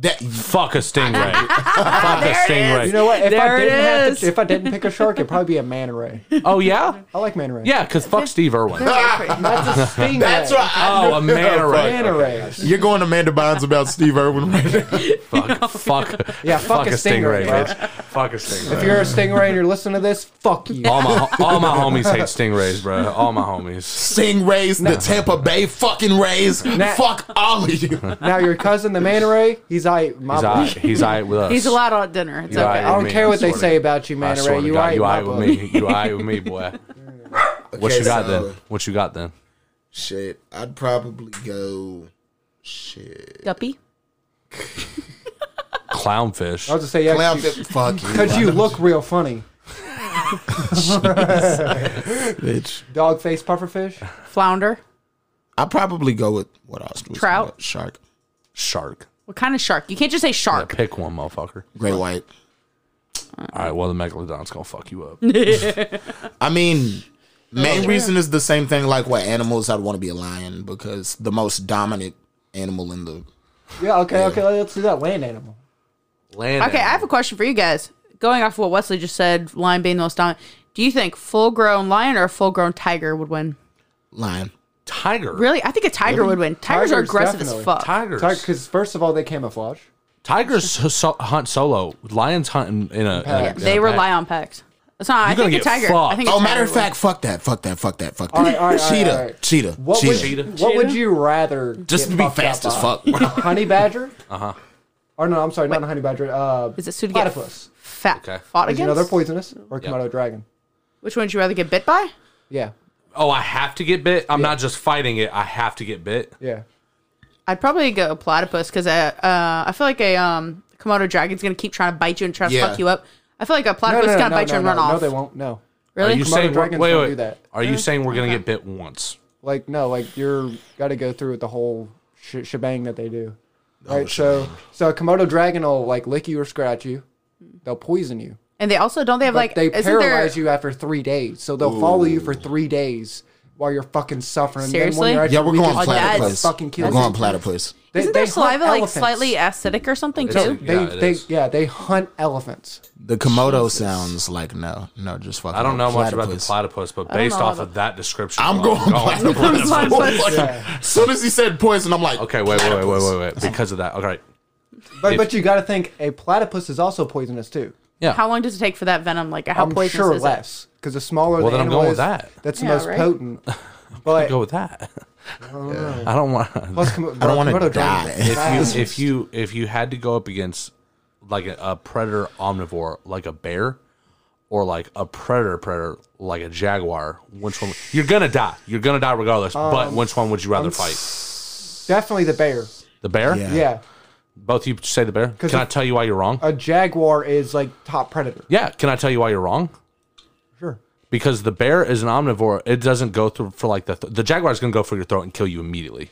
that
Fuck
[laughs]
a stingray. Fuck a stingray.
You know what? If
There
I
it
didn't have
is.
to, if I didn't pick a shark, it'd probably be a manta ray.
oh yeah,
I like manta ray.
yeah. Because fuck
[laughs]
Steve Irwin.
That's a stingray.
That's [laughs] right. I
Oh, a manta ray.
Manta rays.
You're going Amanda Bonds about Steve Irwin right now.
[laughs]
Fuck, fuck,
Yeah, fuck a stingray, bro.
bitch. Fuck a stingray.
If you're a stingray and you're listening to this, fuck you.
All my all my homies hate stingrays, bro. All my
[laughs]
homies.
Sing Rays, the Tampa Bay fucking Rays. Fuck all of you.
Now your cousin, the manta ray, he's I. My
He's
boy.
alright. He's alright with
[laughs]
us.
He's allowed out at dinner. It's
He's
okay.
alright
I
with
don't
me.
care what they
Sorta-
say about you,
I
manta
swear
ray.
to
You
God,
right,
you
my
alright
boy.
with me. You alright with
[laughs]
me, boy. What
Okay,
you got
so-
then? What you got then?
[laughs] Shit, I'd probably go. Shit.
Guppy.
I was
Clownfish.
to say yeah,
Clown fit- fuck you.
because you look real funny.
bitch.
Dog face pufferfish.
Flounder.
I'd probably go with what else? was
Trout.
it? Shark.
Shark.
What kind of shark? You can't just say
Yeah,
shark.
pick one, motherfucker.
Great white.
All right, well, the megalodon's gonna fuck
[laughs]
you up.
I mean, main reason is the same thing. Like what animals, I'd want to be a lion because the most dominant animal in the
Yeah, okay, okay, let's do that. Land animal.
Land.
Okay, I have a question for you guys. Going off what Wesley just said, lion being the most dominant, do you think full grown lion or a full grown tiger would win?
lion.
tiger.
Really? I think a tiger would win. Tigers, are
Tigers,
aggressive as
definitely.
fuck.
Tigers.
Because first of all, they camouflage.
Tigers so- so- hunt solo. Lions hunt in, in a. in a-
Yeah,
in a
they
pack.
rely on packs. That's not. I
You're gonna
think a
get
tiger. I
fucked.
think a
Oh,
tiger
matter of
would
fact, fuck that, fuck that, fuck that, fuck that.
right, all right, all right,
cheetah,
all right.
cheetah,
What
cheetah.
would, What would you rather?
Just
get
to be
fucked up
fast as
by?
fuck.
Honey badger. Uh
Uh-huh.
huh. Or no, I'm sorry, not a honey badger. Uh,
Is it suit to get
platypus?
fat
Okay.
fought
Is another
against?
poisonous or
Yeah.
Komodo dragon?
Which one would you rather get bit by?
Yeah,
[laughs] Oh, I have to get bit. I'm not just fighting it. I have to get bit.
yeah.
I'd probably go platypus because I uh, I feel like a um Komodo dragon's gonna keep trying to bite you and try to
Yeah.
fuck you up. I feel like a
No,
platypus
no, no,
is gonna
no,
bite
no,
you and
no,
run off.
No, they won't. No,
Really?
Are you
Komodo
saying wait,
dragons
wait,
don't
wait.
do that.
Are you saying we're gonna get bit once?
like no, like you're got to go through with the whole sh- shebang that they do. Right. So so a Komodo dragon will like lick you or scratch you. They'll poison you.
and they also don't they have
But
like
they
isn't
paralyze
there,
you after three days. So they'll follow you for three days while you're fucking suffering.
Seriously?
Then when
yeah,
you're
we're going
Like, that's-
platypus.
fucking kill
We're going platypus.
They,
Isn't their
they hunt
saliva like
elephants.
slightly acidic or something
It's-
too?
They,
Yeah, it
they,
is.
yeah, they hunt elephants.
The Komodo sounds like no, no, just fucking.
I don't know much about the platypus, but based
know
off
about
of that description,
I'm
[laughs] alone,
going platypus.
Platypus.
[laughs] As soon as he said poison, I'm like,
Okay, wait, wait, wait, wait, wait, wait. Because of that. Okay.
But, but you got to think a platypus is also poisonous too.
Yeah.
How long does it take for that venom? Like how
I'm
poisonous
sure
is it?
less because the smaller
Well,
the
then I'm
animal
going with
is,
that.
That's
Yeah,
the most
right?
[laughs]
potent. But
go with that. I don't want.
[laughs]
Plus, com-
don't wanna
Komodo
die.
dragons are
If you-
fast.
[laughs] if you if you if you had to go up against like a, a predator omnivore like a bear or like a predator predator like a jaguar which one you're gonna die you're gonna die regardless but which one would you rather fight
Definitely the bear.
the bear
Yeah.
Yeah,
both of you say the bear can i
if-
tell you why you're wrong
a jaguar is like top predator.
yeah can i tell you why you're wrong
Sure.
because the bear is an omnivore it doesn't go through for like the th- the jaguar is gonna go for your throat and kill you immediately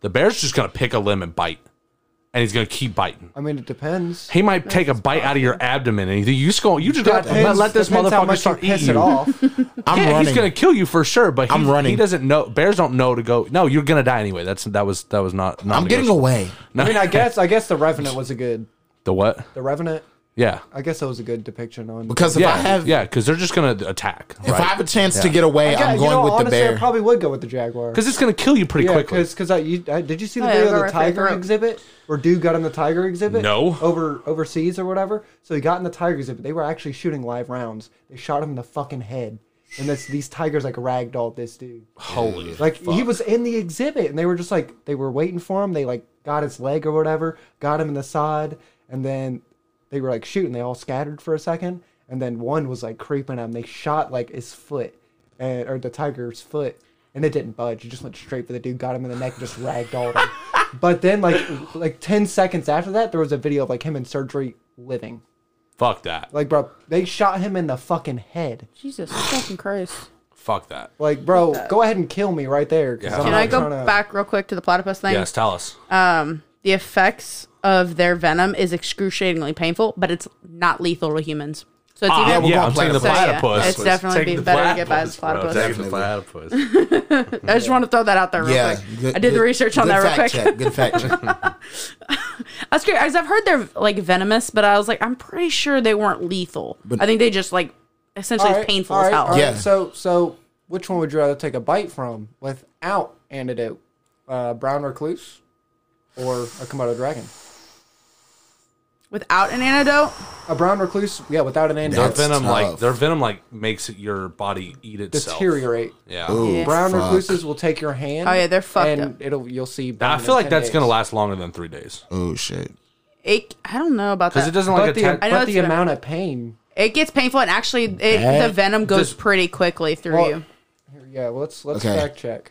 the bear's just gonna pick a limb and bite and he's gonna keep biting
I mean, it depends.
He might take a bite out of your abdomen, and you- you just go. You just got to
Depends-
let this
depends how
motherfucker
much
start
you piss
eating
it [laughs]
you.
off.
I'm
yeah,
running.
he's gonna kill you for sure. But he,
I'm running.
He doesn't know. Bears don't know to go. No, you're gonna die anyway. That's that was that was not. not
I'm getting
negotiable.
away.
No,
I mean, I guess I guess the revenant was a good.
[laughs] the what?
The revenant.
Yeah,
I guess that was a good depiction on.
Because if
yeah,
I have,
yeah, because they're just gonna attack.
if I have a chance to get away,
Yeah,
I'm
you
going
know,
with
honestly,
the bear.
I probably would go with the jaguar.
because it's gonna kill you pretty
Yeah,
quickly.
because because I, you- I did you see the
Oh, yeah,
video
go
of the
right through
tiger
the throat.
exhibit where dude got in the tiger exhibit?
No.
over overseas or whatever. So he got in the tiger exhibit. They were actually shooting live rounds. They shot him in the fucking head, and this, these tigers like ragdolled this dude.
Holy,
Like he was in the exhibit, and they were just like they were waiting for him. They like got his leg or whatever, got him in the side, and then they were like shooting. They all scattered for a second, and then one was like creeping at him. They shot like his foot, and, or the tiger's foot, and it didn't budge. It just went straight for the dude, got him in the neck, and just ragdolled him.
[laughs]
But then like [sighs] like ten seconds after that, there was a video of like him in surgery living.
fuck that,
Like bro, they shot him in the fucking head.
Jesus fucking
[sighs]
Christ.
fuck that.
Like bro, go ahead and kill me right there. 'cause I'm
Can
not
I go
tryna-
back real quick to the platypus thing?
Yes, tell us.
The effects of their venom is excruciatingly painful, but it's not lethal to humans. So it's
Ah,
even
we're
yeah,
going
I'm taking the
So, yeah,
platypus.
it's definitely
Take
be
the
better to get by the
bro,
platypus.
take the platypus.
I just want to throw that out there real
yeah,
quick.
good-
I did the
good-
research on
good
that real quick.
fact Check, good fact
[laughs]
check.
I was curious. I've heard they're like venomous, but I was like, I'm pretty sure they weren't lethal. I think they just like essentially
All
it's
right,
painful
all
as
right,
hell.
all right.
Yeah.
So so which one would you rather take a bite from without antidote? Uh, brown recluse or a Komodo dragon?
Without an antidote,
A brown recluse, yeah, without an
Their
antidote,
That's
venom, [laughs] like
tough.
their venom, like makes it your body eat itself.
deteriorate.
Yeah.
Ooh,
Yeah.
Brown
fuck.
recluses will take your hand.
Oh, yeah, they're fucked
and
up.
It'll you'll see.
I
brown
feel
in
like
10
that's
days.
gonna last longer than three days
Oh shit.
it I don't know about
because
that.
it doesn't like
But the,
attack.
I know
but
it's
the
gonna-
amount of pain.
It gets painful, and actually, it,
That-
the venom goes
Does-
pretty quickly through
Well,
you. Mm-hmm.
here- yeah, well, let's let's
Okay.
fact check.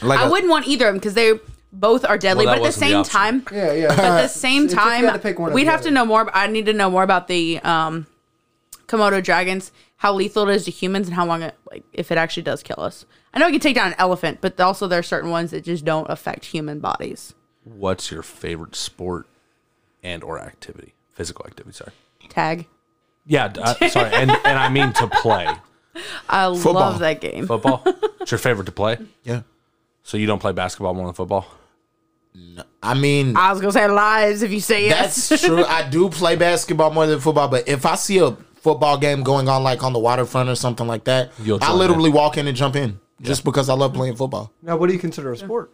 Like
I
a-
wouldn't want either of them because they both are deadly.
Well, that
but at the
wasn't the
same
option.
time,
Yeah, yeah.
but
[laughs]
at the same
It's- it's if you
time,
had to pick one or
we'd
the
have
other.
to know more. I need to know more about the um, Komodo dragons, how lethal it is to humans, and how long it like if it actually does kill us. I know it can take down an elephant, but also there are certain ones that just don't affect human bodies.
What's your favorite sport and or activity? Physical activity, sorry.
tag.
Yeah, d- uh, sorry, [laughs] and and I mean to play
I
Football.
love that game.
football. It's your favorite to play,
Yeah.
so you don't play basketball more than football.
I mean,
I was gonna say lies if you say yes.
that's true. I do play basketball more than football, but if I see a football game going on like on the waterfront or something like that,
You'll
I
join
literally walk in and jump in just because I love playing football.
Now, what do you consider a sport?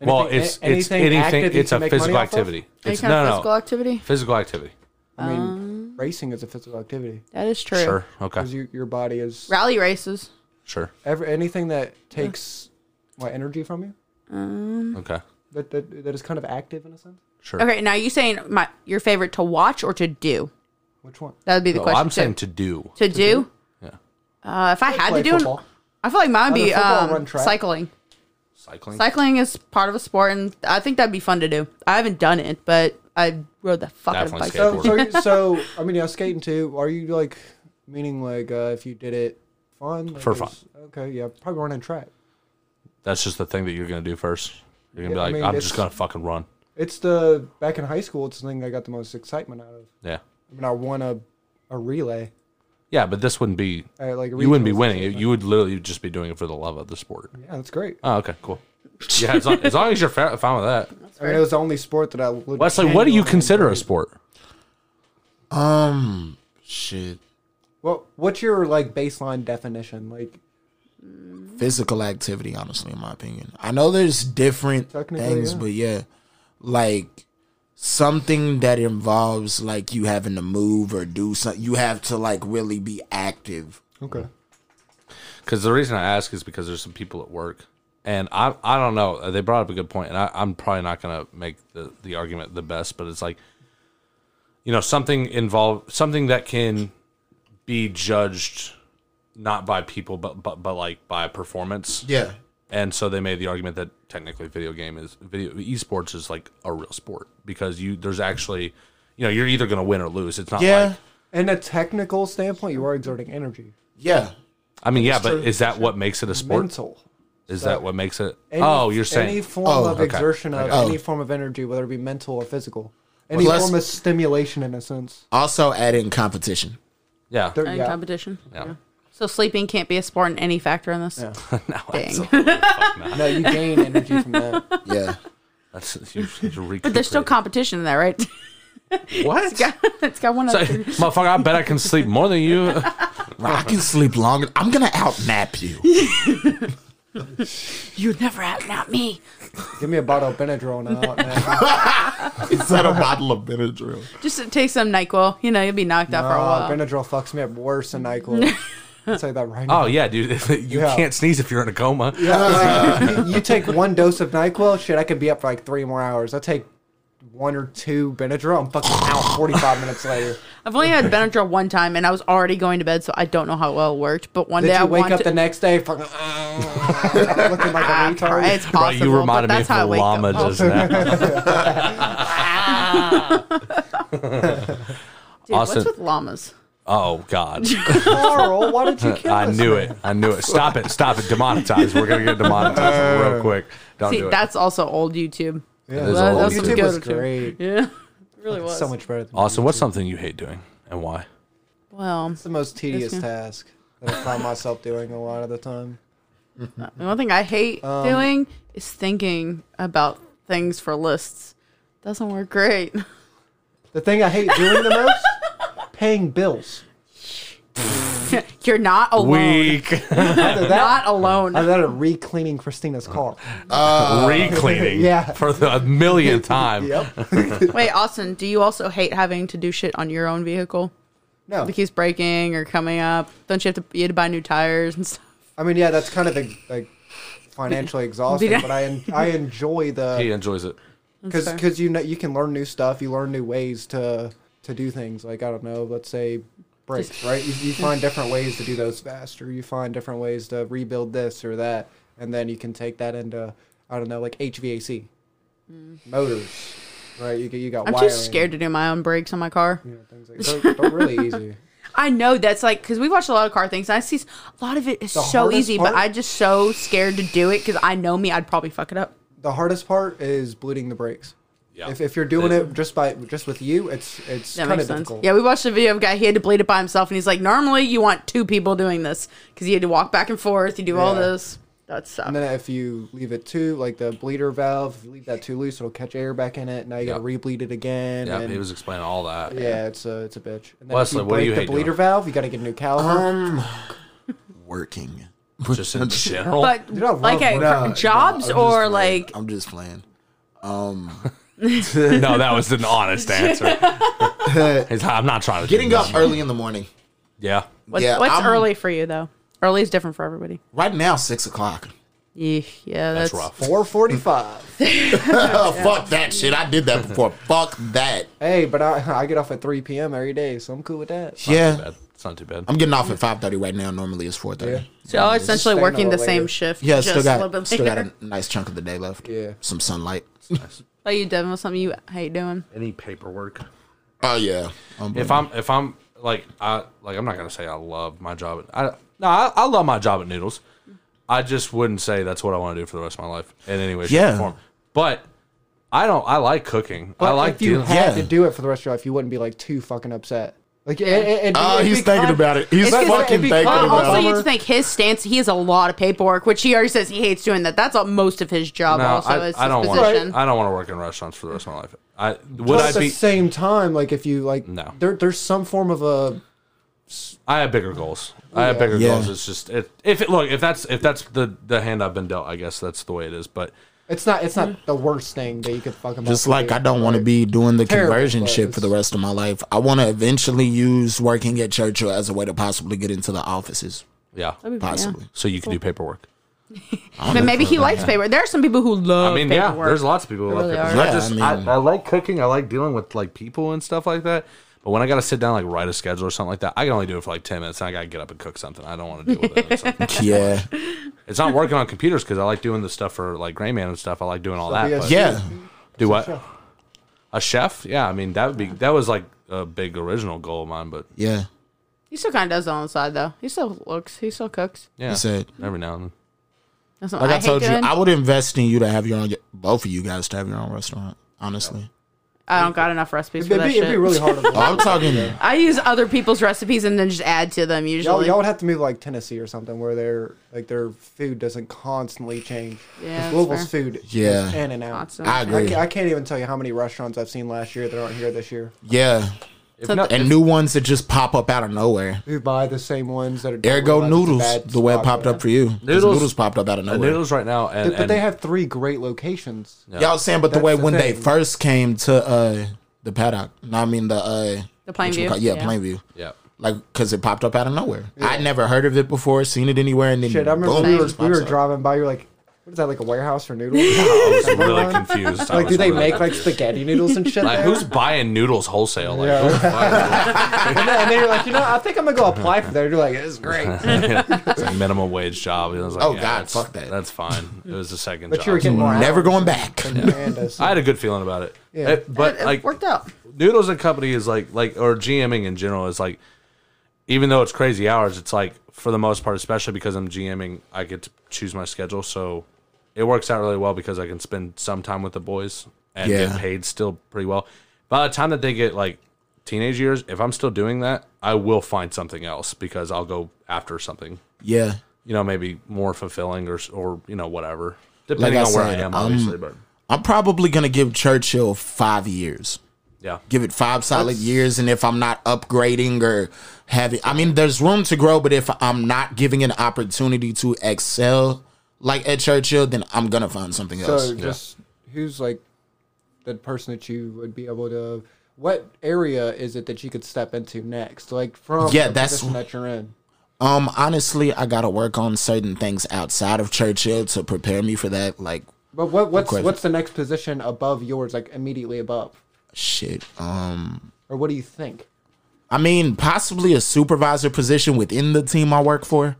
well,
Anything-
it's
a-
it's
anything
anything.
active you
it's
can
a
make money
physical
off of?
activity.
[laughs] Any
It's
kind
no,
of
no,
physical activity?
physical activity.
I mean,
Um,
racing is a physical activity
That is true.
Sure. Okay.
because you, your body is
Rally races.
Sure.
every, anything that takes my energy from you
Okay.
that, that that is kind of active in a sense.
Sure.
Okay, now you saying my your favorite to watch or to do?
Which one?
That would be the
No,
question.
I'm
too.
saying to do.
to, do.
Yeah.
Uh, if I had
Play
to do, [laughs]
football.
it, I feel like mine would
Either
be
football or
um,
run track.
cycling.
Cycling.
Cycling is part of a sport, and I think that'd be fun to do. I haven't done it, but I rode the fuck out of a
Definitely
bike.
skateboard.
So, so, so I mean, yeah, skating too. Are you like meaning like uh, if you did it fun Like,
For
is-
fun.
Okay, yeah, probably running track.
That's just the thing that you're gonna do first. You're gonna
Yeah, I
be like,
mean,
I'm
it's-
just gonna fucking run.
It's the back in high school. It's the thing I got the most excitement out of.
Yeah.
I mean, I won a a relay.
Yeah, but this wouldn't be.
Uh, like
you wouldn't be
regionals.
winning. You would literally just be doing it for the love of the sport.
Yeah, that's great.
Oh, okay,
[laughs]
cool. Yeah, as long, as, long as you're fa- fine with that.
I mean, it was the only sport that I. would-
Wesley, what do you consider a sport?
Um, shit.
Well, what's your like baseline definition? Like,
physical activity, honestly, in my opinion. I know there's different
Technically,
things,
yeah.
but yeah, like something that involves like you having to move or do something. You have to like really be active.
okay,
Because the reason I ask is because there's some people at work, and I I don't know. They brought up a good point, and I, I'm probably not gonna make the the argument the best, but it's like, you know, something involved, something that can be judged not by people, but but but like by performance.
Yeah.
and so they made the argument that technically video game is video esports is like a real sport because you there's actually you know you're either going to win or lose it's not
Yeah.
like
in a technical standpoint, you are exerting energy,
yeah.
i mean yeah but
true.
is that what makes it a sport
mental.
is that what makes it
Any-
oh you're
any
saying
form
Oh,
of
okay.
exertion of
Okay.
any form of energy, whether it be mental or physical, any
Plus-
form of stimulation in a sense.
Also add in competition.
yeah
[laughs]
There-
And
yeah.
competition.
Yeah.
So sleeping can't be a sport in any factor in this.
[laughs] no,
Dang.
No, you gain energy from that.
Yeah. [laughs]
[laughs]
that's, you, you
But there's still competition in that, right? [laughs]
what
it's got one. [laughs]
So,
other.
motherfucker i bet i can sleep more than you
[laughs]
I can sleep longer. I'm gonna outnap [laughs] you.
you never out not me.
Give me a bottle of Benadryl and out. Man.
Is that a bottle of Benadryl?
Just take some Nyquil. You know you'll be knocked out for a
Uh,
while.
Benadryl fucks me up worse than Nyquil. I'll say that right now.
oh yeah dude [laughs] you
Yeah.
can't sneeze if you're in a coma
[laughs] you, you take one dose of Nyquil, shit, I could be up for like three more hours. I take one or two Benadryl, I'm fucking out 45 minutes [laughs] later.
I've only had Benadryl one time, and I was already going to bed, so I don't know how well it worked. But one
Then
day I
you wake up
wanted-
the next day, fucking uh, [laughs] looking like a retard.
It's possible.
Right, you reminded
but
me
that's
of
how I
a
wake
llama
up. Oh,
just now.
Dude, what's
Austin-
with llamas?
[laughs] Oh
[laughs]
God!
[laughs] Carl, why did you kill
[laughs] I
us?
knew it. I knew it. Stop it. Stop it. Demonetize. We're gonna
[laughs]
get demonetized real quick. Don't
See,
do it.
that's also old YouTube.
Yeah.
It is Well, old that's
YouTube
good
was
too.
great.
Yeah, it really was.
So much better than
Austin, what's something you hate doing and why?
Well,
It's the most tedious task that [laughs] I find myself doing a lot of the time.
the one thing I hate
Um,
doing is thinking about things for lists. Doesn't work great. [laughs]
The thing I hate doing the [laughs] most? Paying bills.
You're not alone.
Week
Either that,
Not alone.
either that or re-cleaning Christina's car.
uh,
[laughs] re-cleaning
yeah.
for the millionth time.
[laughs] Yep.
Wait, Austin, do you also hate having to do shit on your own vehicle?
No.
If it keeps breaking or coming up, don't you have to you had to buy new tires and stuff?
I mean, yeah, that's kind of like, like
[laughs]
financially exhausting,
Did I-
but I en- I enjoy
He [laughs]
the
enjoys it.
because
fair.
because you know you can learn new stuff, you learn new ways to to do things. Like I don't know, let's say brakes, right? You, you
[laughs]
find different ways to do those faster. You find different ways to rebuild this or that, and then you can take that into I don't know, like HVAC motors, right? You g- you got
Mm. I'm too
wiring,
scared to do my own brakes on my car.
you know, things like that. They're, they're really
[laughs]
easy.
I know that's like because we watch a lot of car things. And I see s- a lot of it is
The
so
hardest
easy,
part-
but I just so scared to do it because I know me. I'd probably fuck it up.
The hardest part is bleeding the brakes.
Yeah.
If, if you're doing it just by just with you, it's it's
That
kind
makes
of
sense.
difficult.
Yeah, we watched a video of a guy. He had to bleed it by himself, and he's like, normally you want two people doing this because you had to walk back and forth. You do all
Yeah.
this. That sucks.
And then if you leave it too, like the bleeder valve, if you leave that too loose, it'll catch air back in it. Now you got to
Yeah.
re-bleed it again.
Yeah,
and-
he was explaining all that.
yeah, it's a it's a bitch. And then if
Wesley,
you
what do
break
you
the
hate
bleeder
doing?
valve, you got to get a new caliper.
[laughs]
Working.
Just
[laughs]
in general.
but
I love
like at
working
out.
jobs
I'm
or
just playing.
like
I'm just playing. Um, [laughs]
no, that was an honest answer. It's- I'm not trying to
Getting
do
up
that.
early in the morning.
Yeah.
what's,
Yeah,
what's
I'm-
early for you though? Early is different for everybody.
Right now, six o'clock.
Yeah, yeah
That's
that's,
rough.
Four forty-five.
Oh, fuck that shit. I did that before. fuck that.
hey, but I, I get off at three p.m. every day, so I'm cool with that.
Not too
Yeah.
bad. It's not too bad.
I'm getting off at 5.30 right now. Normally it's 4.30. Yeah,
So y'all are essentially
staying a
working the
little
same
later.
shift.
I still,
just a little
got,
bit
still got
later.
a nice chunk of the day left.
Yeah.
Some sunlight.
Are you done with something you hate doing?
Any paperwork?
Oh, yeah. Um,
If I'm if I'm like I like I'm not gonna say I love my job. At, I no I, I love my job at Noodles. I just wouldn't say that's what I want to do for the rest of my life in any way, shape,
Yeah.
or form. But I don't. I like cooking. I
But
like
if you
dealing.
had to
Yeah.
do it for the rest of your life, you wouldn't be like too fucking upset. Like, it, it, it'd be-
oh,
it'd
he's
be
thinking
kind-
about it. He's
It's 'cause
fucking
it'd be
thinking
fun.
about
Oh, also,
it.
you just think his stance, he has a lot of paperwork, which he already says he hates doing that. That's al- most of his job,
No,
also,
I,
is
I
his
don't
position.
want. I don't want to work in restaurants for the rest of my life. I would
But
I
at the
be?
same time, like if you like,
No.
there, there's some form of a
I have bigger goals. I have bigger
Yeah.
goals. It's just it, if it look if that's if that's the the hand I've been dealt. I guess that's the way it is. But
It's not. It's not the worst thing that you could fucking.
Just like I don't want to be doing the
Terrible,
conversion
but
shit for the
it's-
rest of my life. I want to eventually use working at Churchill as a way to possibly get into the offices.
yeah,
Possibly.
so you can do paperwork.
I
But
don't know
maybe
if I
he likes paperwork. There are some people who love
I mean, yeah,
Oh, paperwork.
there's lots of people who
There
love
really
paperwork.
are.
I
Yeah,
just
I
I,
mean-
I, like cooking. I like dealing with like people and stuff like that. But when I gotta sit down like write a schedule or something like that, I can only do it for like ten minutes. And I gotta get up and cook something. I don't want to deal with it. It's,
[laughs]
like-
Yeah.
it's not working on computers because I like doing the stuff for like Grayman and stuff. I like doing all that.
be a
but-
Yeah.
do what? A chef? Yeah, I mean that would be that was like a big original goal of mine. But
Yeah.
he still kind of does it on the side, though. He still looks. He still cooks.
yeah,
He said,
every now and then.
That's what
like I,
I,
told you,
hate doing.
I would invest in you to have your own, both of you guys to have your own restaurant, honestly.
I don't got enough recipes for
It'd
that
be, it'd be
shit. [laughs]
really hard. to
Oh, I'm
believe.
talking.
I use other people's recipes and then just add to them
y'all,
usually.
y'all would have to move like Tennessee or something where their like their food doesn't constantly change. 'Cause
Yeah, that's
Louisville's
fair.
food. is
Yeah.
In and out.
Awesome.
I
I,
agree.
ca- I can't even tell you how many restaurants I've seen last year that aren't here this year.
Yeah.
If not-
And new ones that just pop up out of nowhere.
Who buy the same ones that are.
Ergo
that's a
noodles,
bad
the way it
spot
popped
for
up for you. 'Cause Noodles,
Noodles-
popped up out of
the
nowhere.
noodles right now,
that.
and,
But
and
they have three great locations.
Y'all saying, but the
That's
way
the
when they
thing.
first came to uh, the paddock, no, I mean the uh,
The plain
what you
view?
call- yeah,
Yeah.
Plainview,
yeah,
like because it popped up out of nowhere. I never heard of it before, seen it anywhere, and then
Shit, I remember
boom,
we
it
were,
just
we
pops
were
up.
driving by. You're like, what is that? Like a warehouse for
[laughs]
noodles?
I was really confused. I
like, do
was
they
really
make like
confused.
spaghetti noodles and shit?
Like,
there?
who's buying noodles wholesale? Like,
Yeah.
who's buying
and then, and then you're like, you know, I think I'm gonna go apply for that. You're like, this is
[laughs]
great.
noodles? it's a minimum wage job. And I was like,
Oh,
yeah,
God,
that's-
fuck that.
That's fine. It was the second
But
job.
you were getting more
Never
hours
going back. [laughs]
than Amanda, so-
[laughs] I had a good feeling about it.
Yeah.
It- but
it
like
worked out.
noodles and company is like like or GMing in general is like even though it's crazy hours, it's like for the most part, especially because I'm GMing, I get to choose my schedule. So it works out really well because I can spend some time with the boys and
Yeah.
get paid still pretty well. By the time that they get like teenage years, if I'm still doing that, I will find something else because I'll go after something,
Yeah,
you know, maybe more fulfilling or s- or you know whatever,
like
depending
I
on where
said, um,
I am,
I'm-
obviously. but
I'm probably gonna give Churchill five years.
yeah,
give it five solid years and if i'm not upgrading or having i mean there's room to grow but if i'm not giving an opportunity to excel like at churchill then i'm gonna find something else
So just who's like the person that you would be able to? What area is it that you could step into next? Like from
Yeah,
the
that's-
position that you're in.
um honestly i gotta work on certain things outside of churchill to prepare me for that like
But what what's
question.
what's the next position above yours? Like immediately above,
shit um
or what do you think?
i mean possibly a supervisor position within the team i work for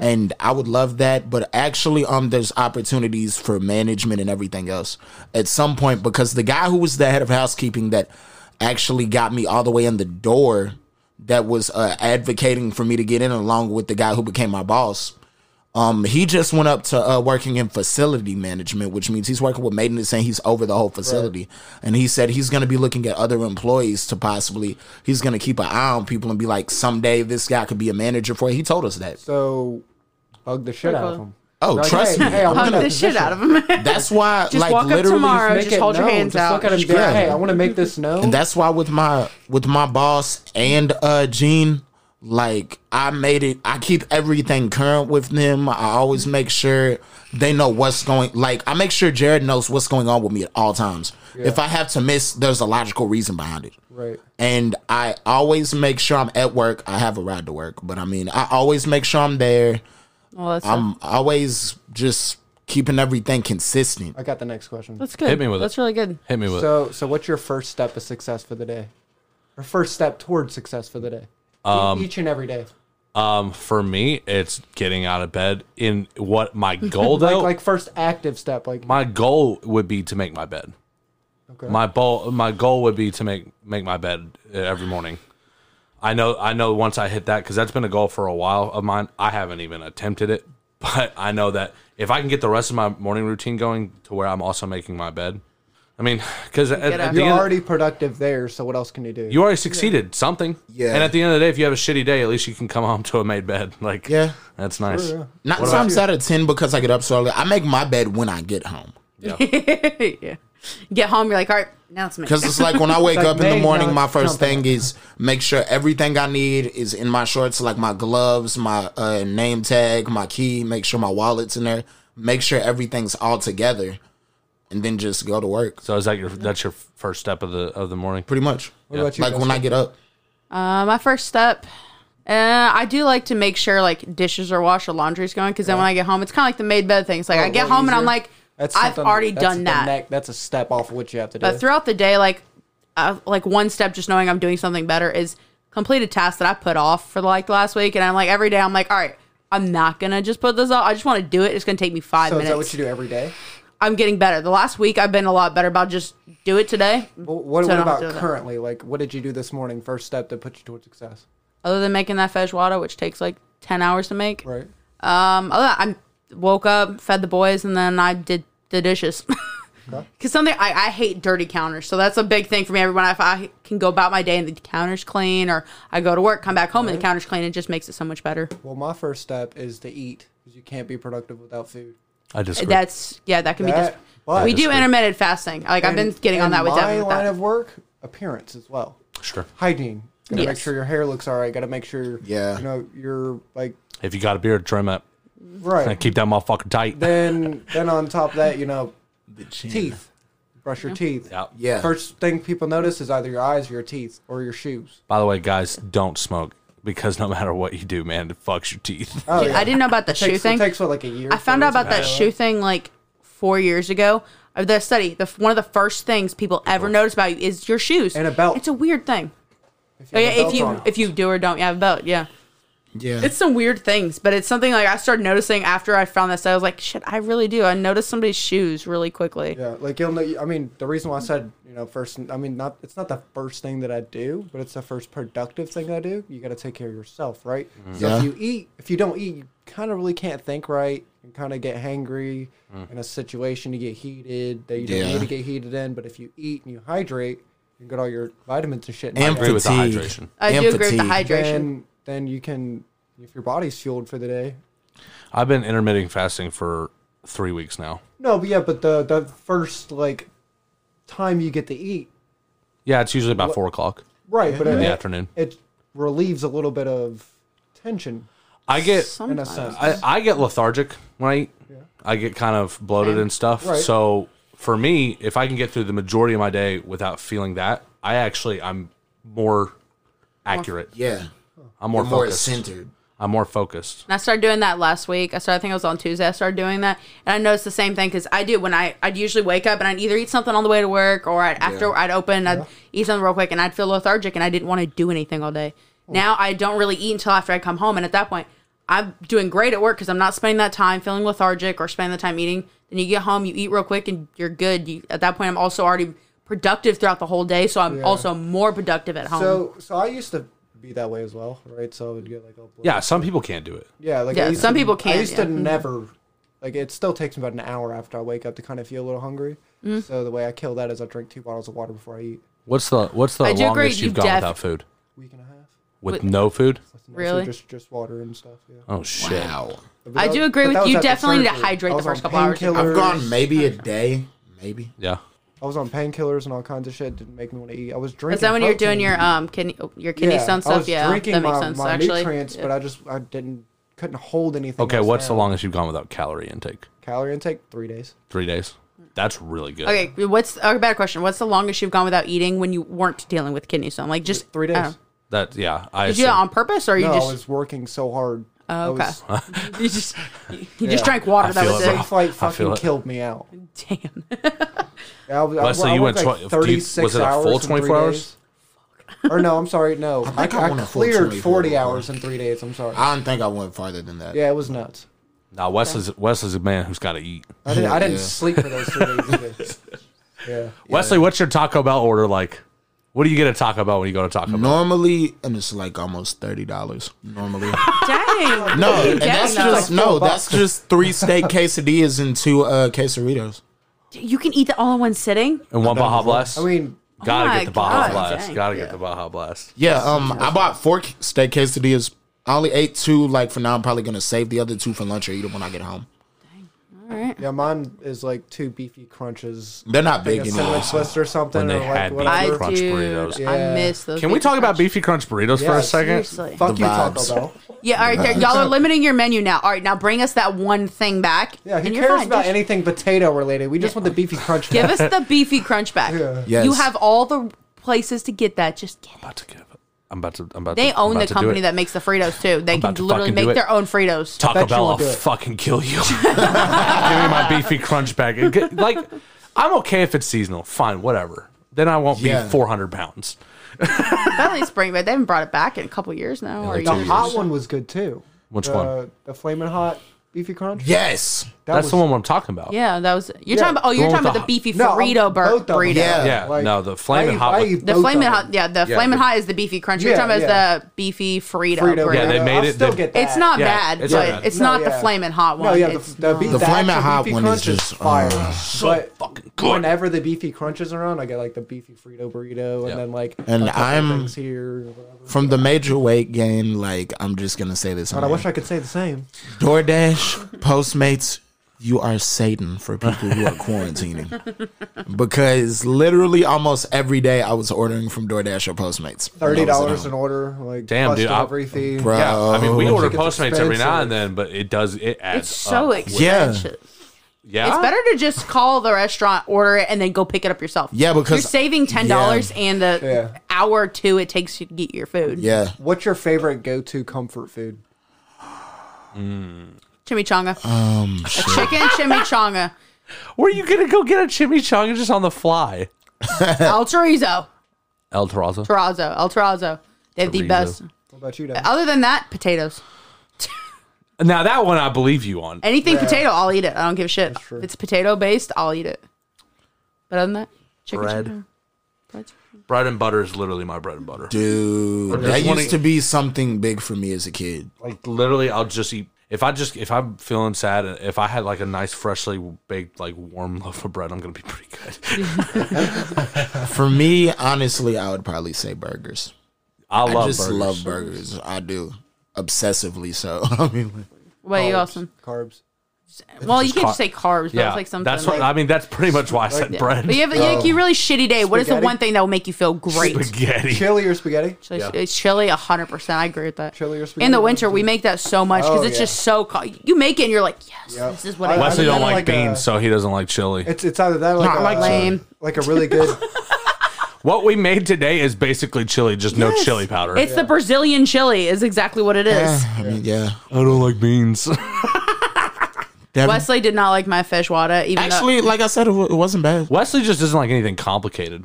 And I would love that, but actually, um, there's opportunities for management and everything else at some point because the guy who was the head of housekeeping that actually got me all the way in the door, that was uh, advocating for me to get in, along with the guy who became my boss, Um, he just went up to uh, working in facility management, which means he's working with maintenance and he's over the whole facility. And he said he's going to be looking at other employees to possibly, he's going to keep an eye on people and be like, someday this guy could be a manager for it. He told us that.
So bug the shit out of
Cool.
him.
Oh,
Like,
trust
hey,
me.
hey, I
Hug
want
the shit out of him.
That's why,
Just
like,
walk up
literally,
tomorrow.
Make
Just
it
hold your
known.
hands
Just
out.
Look at him. and be
Yeah.
Like, hey, I want to make this known.
and that's why with my with my boss and uh Gene, like I made it. I keep everything current with them. I always make sure they know what's going. Like I make sure Jared knows what's going on with me at all times. If I have to miss, there's a logical reason behind it.
Right.
And I always make sure I'm at work. I have a ride to work, but I mean, I always make sure I'm there.
[laughs] Well, that's,
I'm always just keeping everything consistent.
I got the next question.
that's good.
Hit me with it.
That's really good. [laughs]
Hit me with it.
So, so what's your first step of success for the day, or first step towards success for the day? E- Each and every day,
Um, for me, it's getting out of bed. In
[laughs]
what my goal though,
like first active step, like
my goal would be to make my bed.
Okay.
My goal, my goal would be to make make my bed uh, every morning. I know, I know. Once I hit that, because that's been a goal for a while of mine. I haven't even attempted it, [laughs] but I know that if I can get the rest of my morning routine going to where I'm also making my bed, I mean, because at,
up.
at the
you're
end,
already productive there. So what else can you do?
you already succeeded something.
Yeah.
And at the end of the day, if you have a shitty day, at least you can come home to a made bed. [laughs] Like,
Yeah.
that's nice.
Sure,
Nine times out of ten, because I get up so early, I make my bed when I get home.
yeah. Get home. You're like, all right, now it's me.
Because it's like
[laughs]
when I wake
like,
up in the
"Hey,
morning,
now
my
it's
first
jumping."
thing is make sure everything I need is in my shorts, like my gloves, my uh, name tag, my key, make sure my wallet's in there, make sure everything's all together, and then just go to work.
So is that your? That's your first step of the of the morning.
Pretty much.
about you,
like when I get up.
Uh, my first step, uh, I do like to make sure like dishes are washed or laundry's going because then when I get home, it's kind of like the made bed thing. It's like I get
Way
home and I'm
Oh, easier.
like,
That's
I've
something-
already
that's
done
the
that.
neck- that's a step off of what you have to do.
But throughout the day, like uh, like one step, just knowing I'm doing something better is complete a task that I put off for like last week, and I'm like every day, I'm like, all right, I'm not gonna just put this off. I just want to do it. It's gonna take me five
so is
minutes.
that what you do every day?
I'm getting better. The last week, I've been a lot better about just do it today.
What, what,
so I don't
what
have
about
to do that.
currently? Like, what did you do this morning? First step to put you towards success,
Other than making that feijoada, which takes like ten hours to make,
right?
Um, other than- I woke up, fed the boys, and then I did the dishes. [laughs] Because something I, I hate dirty counters, so that's a big thing for me. Everyone, if I can go about my day and the counter's clean, or I go to work, come back home and the counter's clean, it just makes it so much better.
Well, my first step is to eat because you can't be productive without food.
I disagree.
That's yeah, that can be.
That-
Dis-
but-
we do
Disagree.
intermittent fasting. Like I've been
And-
getting on
and
that with
my
Devin. With
line
that.
of work, appearance as well,
sure.
hygiene. Gotta
Yes.
make sure your hair looks all right. Gotta make sure,
Yeah.
you know, you're like
If you got a beard, trim it.
right.
Keep that motherfucker tight.
then, then on top of that, you know, teeth. Brush your teeth.
Yeah.
Yeah.
First thing people notice is either your eyes, or your teeth, or your shoes.
By the way, guys, don't smoke because no [laughs] matter what you do, man, it fucks your teeth.
Oh
I didn't know about
[laughs]
the shoe
takes,
thing.
It takes what like a year.
I found
for
out
it to
about that
develop.
shoe thing like four years ago. Of the study, the one of the first things people ever notice about you is your shoes
And a belt.
It's a weird thing.
If you,
yeah,
have a
if
belt
you
on.
if you do or don't have a belt, yeah.
Yeah.
It's some weird things, but it's something like I started noticing after I found this. I was like, shit, I really do. I noticed somebody's shoes really quickly.
Yeah, like you'll know. I mean, the reason why I said you know first. I mean, not it's not the first thing that I do, but it's the first productive thing I do. You got to take care of yourself, right? So
Yeah.
if you eat, if you don't eat, you kind of really can't think right. You kind of get hangry in a situation. You get heated that you don't
Yeah.
need to get heated in. But if you eat and you hydrate, you get all your vitamins and shit. in
and
there.
agree with the
fatigue.
hydration.
I
And
do agree with the
fatigue.
hydration.
then then you can, if your body's fueled for the day.
I've been intermittent fasting for three weeks now.
No, but yeah, but the the first like time you get to eat
Yeah, it's usually about four o'clock.
Right, but in
the
it,
afternoon.
It relieves a little bit of tension
I get
in a
Sometimes.
sense.
I, I get lethargic when I eat. I get kind of bloated and stuff.
Right.
So for me, if I can get through the majority of my day without feeling that, I actually I'm more accurate.
Yeah.
I'm more
More
focused.
centered.
I'm more focused.
And I started doing that last week. I started, I think it was on Tuesday. I started doing that, and I noticed the same thing because I do when I I'd usually wake up and I'd either eat something on the way to work or I'd, after I'd open I'd eat something real quick and I'd feel lethargic and I didn't want to do anything all day. Now I don't really eat until after I come home, and at that point I'm doing great at work because I'm not spending that time feeling lethargic or spending the time eating. Then you get home, you eat real quick, and you're good. You, at that point, I'm also already productive throughout the whole day, so I'm also more productive at home.
So, so I used to be that way as well, right? So it would get like all blurry.
Yeah, some people can't do it.
yeah, like I
Yeah,
used
some
to-
people
I
can't,
used
yeah. Mm-hmm.
to never, like it still takes me about an hour after I wake up to kind of feel a little hungry.
Mm.
So the way I kill that is I drink two bottles of water before I eat.
What's the What's the
I do
longest
agree,
you've
you
gone
def-
without food?
Week and a half.
With,
With-
no food?
Really?
So just just water and stuff. Yeah.
Oh shit!
Wow.
But
I
that-
do agree
but
with
that
you.
was at the
Definitely need to
surgery.
hydrate
I
the
was
first
on
couple hours.
painkillers.
I've gone maybe a day, maybe.
Yeah.
I was on painkillers and all kinds of shit. Didn't make me want to eat. I was drinking.
Is that when you're doing
protein.
your um kidney your kidney stone
I
stuff?
was
Yeah, that
drinking
makes
my,
sense.
my
actually,
nutrients,
Yeah.
but I just I didn't couldn't hold anything.
Okay.
else
What's the
down.
longest you've gone without calorie intake?
calorie intake? Three days.
Three days. That's really good.
okay, what's a better question? What's the longest you've gone without eating when you weren't dealing with kidney stone? Like just
Three days.
I don't-
That yeah. I
Did you um, do that
assume-
on purpose, or you
no,
just
I was working so hard. I
Oh, okay? [laughs]
was-
you just you just drank water. That
feel
was
it,
it.
bro.
Big flight
[laughs] I feel
fucking
it.
killed me out.
Damn.
I was, I-
Leslie,
I
you
worked
went
like
tw- do you-
36
was it a
hours
full
in three
24 hours?
days. Or no, I'm sorry. No, I,
think I
I,
went a full
cleared
24
40
hours.
hours in three days. I'm sorry.
I don't think I went farther than that.
yeah, it was nuts.
Now Wes is Wes is a man who's got to eat.
I didn't, I didn't
Yeah.
sleep for those three days. Either.
[laughs]
Yeah.
Wesley, what's your Taco Bell order like? What do you get at Taco Bell when you go to Taco Bell?
Normally, and it's like almost thirty dollars.
[laughs]
Normally,
Dang.
no,
You
and that's
getting those?
just no, that's just three steak quesadillas and two uh, quesaritos.
You can eat that all in one sitting.
And one Baja Blast.
I mean,
gotta
Oh my
get the Baja
God,
Blast.
dang.
Gotta get the Baja Blast.
Yeah, um, I bought four steak quesadillas. I only ate two. Like for now, I'm probably gonna save the other two for lunch or eat them when I get home.
All right.
yeah, mine is like two beefy crunches.
They're not
Like
big
a
anymore.
sandwich twist or something.
When they
or like
had beef.
whatever.
I
Beefy crunch
do.
burritos.
I
Yeah.
miss those.
Can we
beefy
talk about
crunch-
beefy crunch burritos for
Yeah,
a second?
Seriously.
Fuck
The
you, Taco
vibes.
Bell.
Yeah, all right, there,
[laughs]
y'all are limiting your menu now. All right, now bring us that one thing back.
Yeah, who
and you're
cares
fine.
about
Just
anything potato related? We just want the beefy crunch.
Give us the beefy crunch back.
Yeah.
Yes.
You have all the places to get that. Just get it.
About to give up. I'm about to. I'm about
They
to, I'm
own
about
the
to do
company
it.
that makes the Fritos too. They
about
can
to
literally
fucking do
make
it.
their own Fritos.
Taco
bet you
Bell, I'll
won't do it.
fucking kill you. [laughs] Give me my beefy crunch back. It get- Like, I'm okay if it's seasonal. Fine, whatever. Then I won't
Yeah.
be 400 pounds.
Not only spring, but they haven't brought it back in a couple years now. or
like
The
years.
hot one was good too.
Which
the,
one?
The flaming hot beefy crunch.
Yes,
That
That's
was-
the one I'm talking about.
Yeah, that was. You're
Yeah.
talking about. Oh, you're
The one
talking
with
about the
the
beefy
No,
Frito bur-
both of them.
burrito.
Yeah.
Yeah, no, the Flamin'
I eat-
Hot
I
one.
eat
The
both
flaming
of
hot.
them.
Yeah, the
Yeah,
flaming
the-
hot is the beefy crunch. You're
Yeah,
talking about
yeah.
is the beefy Frito.
Frito.
burrito.
Yeah, they
burrito.
made
I'll
it-
Still
they-
get that.
It's not
Yeah,
bad,
it's
but
not-
it's not the
yeah.
flaming hot one.
No, yeah,
It's
the, the,
not.
beef,
The
the
Flamin'
actual
Hot
beefy
one is
crunch
just,
fire.
uh,
but
fucking good.
Whenever the beefy crunch is around, I get like the beefy Frito burrito,
Yeah.
and then like
And
a couple
I'm-
things here. or whatever.
from the major weight gain. Like I'm just gonna say this.
God, I
man.
wish I could say the same.
DoorDash, Postmates, you are Satan for people who
[laughs]
are quarantining. because literally almost every day I was ordering from DoorDash or Postmates. when I was
Thirty
at
dollars
home.
an order, like
Damn,
plus
dude, I-
delivery fee.
Bro.
Yeah, I mean, we
Oh.
order
It's
Postmates every now
expensive.
and then, but it does it adds
It's so
up.
expensive.
Yeah,
It's better to just call the restaurant, order it, and then go pick it up yourself.
Yeah, because-
you're saving ten dollars and the
Yeah.
hour or two it takes you to get your food.
Yeah.
What's your favorite go-to comfort food?
Chimichanga,
Um,
chicken
[laughs]
chimichanga,
Where are you gonna go get a chimichanga just on the fly?
El Chorizo,
El Terrazo.
Terrazzo, El Terrazzo. They have the
Chorizo.
best.
What about you, Dad?
Other than that, potatoes.
Now that one I believe you on.
Anything potato, I'll eat it. I don't give a shit.
true.
If it's potato based, I'll eat it. But other than that, chicken
Bread.
chimichanga. Bread's-
Bread and butter is literally my bread and butter.
Dude, that
wanna-
used to be something big for me as a kid.
Like literally, I'll just eat. If I just if I'm feeling sad, and if I had like a nice freshly baked like warm [laughs] loaf of bread, I'm gonna be pretty good.
For me, honestly, I would probably say burgers.
I
I
love
just
burgers.
love burgers. I do. Obsessively so. [laughs] I mean, like,
What about
Oh,
you,
Carbs.
Austin?
Carbs.
Well, you can't just
car-
say carbs. That
yeah,
was like something.
that's what
like-
I mean. That's pretty much why I said
Yeah.
[laughs] bread.
But you have like, a really shitty day. What is the
Spaghetti?
one thing that will make you feel great?
Spaghetti.
Chili or spaghetti?
So it's- It's chili, hundred percent. I agree with that.
Chili or
In
spaghetti?
the winter, we make that so much because
Oh,
it's
yeah.
just so. Co- you make it, and you're like, yes,
Yep.
this is what I.
I-
want.
Wesley
I
don't
mean,
like,
like a-
beans, so he doesn't like chili.
It's it's either that or like,
Not
a,
like
Lame.
like a really good. [laughs]
What we made today is basically chili, just no
Yes.
chili powder.
It's the Brazilian chili, is exactly what it is.
I mean, yeah.
I don't like beans.
That-
Wesley did not like my feijoada, even though.
actually, like I said, it, wa- it wasn't bad.
[laughs] Wesley just doesn't like anything complicated.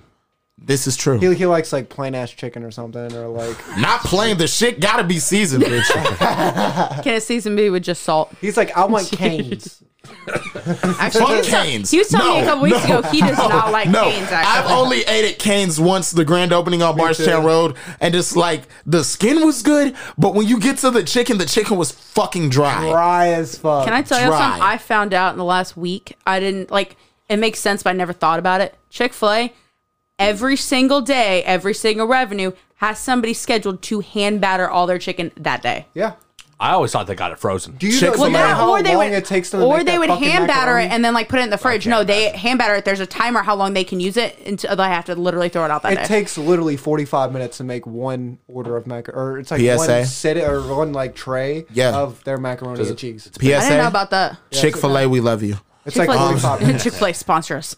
This is true.
He, he likes like plain ass chicken or something, or like
Not playing the
[laughs]
shit. Gotta be seasoned, bitch.
Can it season be with just salt? [laughs]
he's like I want canes.
Actually, he was,
Fuck
tell-
Canes.
he was telling me a
No,
couple weeks ago he does not like
no,
Canes.
I've
Actually,
only ate at Canes once, the grand opening on Barstown Road, and it's like the skin was good, but when you get to the chicken, the chicken was fucking dry.
Dry as fuck.
Can I tell you
Dry.
something? I found out in the last week. I didn't like. It makes sense, but I never thought about it. Chick Fil A, every single day, every single revenue has somebody scheduled to hand batter all their chicken that day.
Yeah.
I always thought they got it frozen.
Do you
Chick-
know
Well, that-
how long it takes them to
or
make
they
that
would
fucking
hand batter it
macaroni?
and then like put it in the fridge. No, they hand batter it. There's a timer how long they can use it until they have to literally throw it out that
It
day.
takes literally 45 minutes to make one order of macaroni, or it's like
PSA?
one sit or one like tray
Yeah.
of their macaroni and cheese. It's,
I didn't know
PSA,
about that.
Chick Fil A, we love you.
like
Chick-fil-A-
45
[laughs]
minutes.
Chick-fil-A sponsor us.